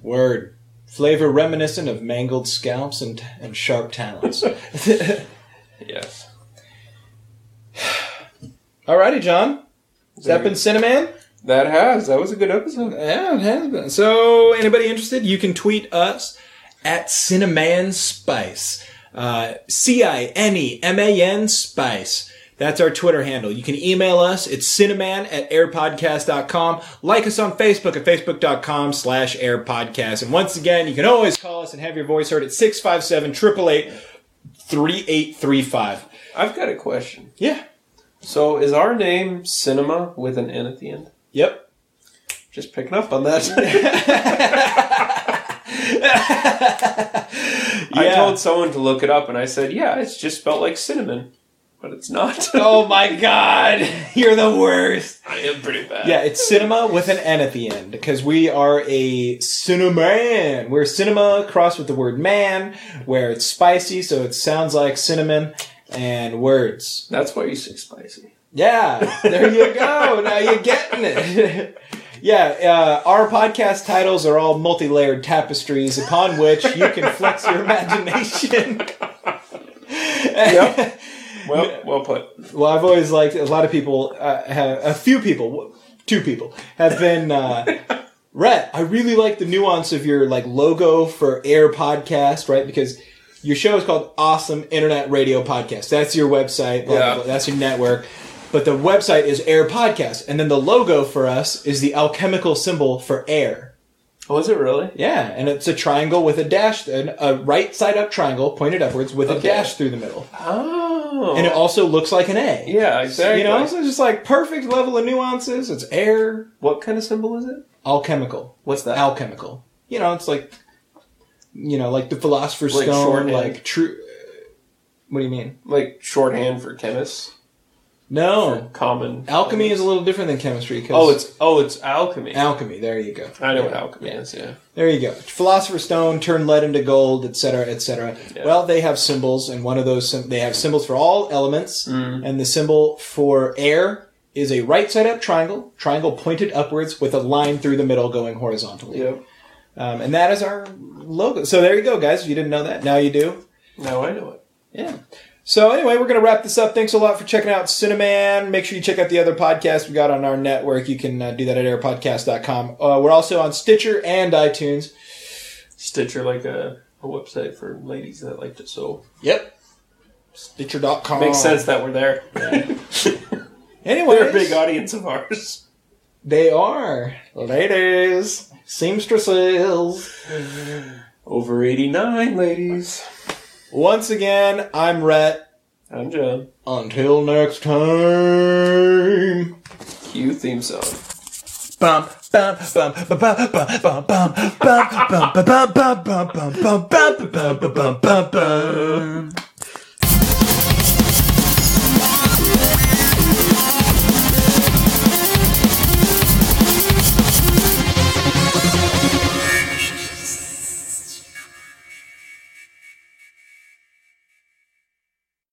Speaker 2: Word. Flavor reminiscent of mangled scalps and, and sharp talons.
Speaker 3: Yes.
Speaker 2: Alrighty, John. Has that been Cinnamon?
Speaker 3: That has. That was a good episode.
Speaker 2: Yeah, it has been. So, anybody interested, you can tweet us at Cinnamon Spice. Uh, C I N E M A N Spice. That's our Twitter handle. You can email us. It's cinnamon at airpodcast.com. Like us on Facebook at facebook.com slash airpodcast. And once again, you can always call us and have your voice heard at 657 888 3835.
Speaker 3: I've got a question.
Speaker 2: Yeah.
Speaker 3: So, is our name Cinema with an N at the end?
Speaker 2: Yep.
Speaker 3: Just picking up on that. I
Speaker 2: Yeah.
Speaker 3: told someone to look it up, and I said, "Yeah, it's just spelt like cinnamon, but it's not."
Speaker 2: oh my god, you're the worst.
Speaker 3: I am pretty bad.
Speaker 2: Yeah, it's cinema with an N at the end because we are a cinnamon. We're cinema crossed with the word man, where it's spicy, so it sounds like cinnamon and words.
Speaker 3: that's why you say spicy.
Speaker 2: Yeah, there you go. now you're getting it. yeah, uh, our podcast titles are all multi layered tapestries upon which you can flex your imagination.
Speaker 3: Yep. Well, well put.
Speaker 2: Well, I've always liked a lot of people, uh, have, a few people, two people have been. Uh, Rhett, I really like the nuance of your like logo for Air Podcast, right? Because your show is called Awesome Internet Radio Podcast. That's your website. blah, blah,
Speaker 3: Yeah.
Speaker 2: blah, that's your network. But the website is Air Podcast, and then the logo for us is the alchemical symbol for air.
Speaker 3: Was it really?
Speaker 2: Yeah, and it's a triangle with a dash, an- a right side up triangle pointed upwards with a
Speaker 3: Okay.
Speaker 2: dash through the middle,
Speaker 3: Oh.
Speaker 2: and it also looks like an A.
Speaker 3: yeah, exactly.
Speaker 2: You know, so it's just like perfect level of nuances. It's air,
Speaker 3: what kind of symbol is it?
Speaker 2: alchemical,
Speaker 3: What's that?
Speaker 2: alchemical. You know, it's like, you know, like the philosopher's
Speaker 3: Like
Speaker 2: stone,
Speaker 3: shorthand.
Speaker 2: like true. What do you mean?
Speaker 3: like shorthand for chemists.
Speaker 2: No,
Speaker 3: Common
Speaker 2: alchemy is a little different than chemistry. 'cause-
Speaker 3: Oh, it's oh, it's alchemy.
Speaker 2: alchemy. There you go.
Speaker 3: I know what
Speaker 2: Yeah.
Speaker 3: alchemy is. Yeah.
Speaker 2: There you go. Philosopher's Stone, turn lead into gold, etc., etc.
Speaker 3: Yeah.
Speaker 2: Well, they have symbols, and one of those sym- they have symbols for all elements,
Speaker 3: Mm-hmm.
Speaker 2: and the symbol for air is a right side up triangle, triangle pointed upwards with a line through the middle going horizontally.
Speaker 3: Yep.
Speaker 2: Um, and that is our logo. So there you go, guys. If you didn't know that, now you do.
Speaker 3: Now I know it.
Speaker 2: Yeah. So anyway, we're going to wrap this up. Thanks a lot for checking out Cineman. Make sure you check out the other podcasts we got on our network. You can uh, do that at airpodcast.com. Uh, we're also on Stitcher and iTunes.
Speaker 3: Stitcher like a, a website for ladies that like to sew.
Speaker 2: Yep. Stitcher.com.
Speaker 3: Makes sense that we're there.
Speaker 2: Anyway,
Speaker 3: They're a big audience of ours.
Speaker 2: they are. Ladies. Seamstresses.
Speaker 3: Over eighty nine, ladies.
Speaker 2: Once again, I'm Rhett.
Speaker 3: I'm John.
Speaker 2: Until next time.
Speaker 3: Cue theme song.
Speaker 2: bum bum bum bum bum bum bum bum bum bum bum bum bum bum bum bum bum bum bum bum bum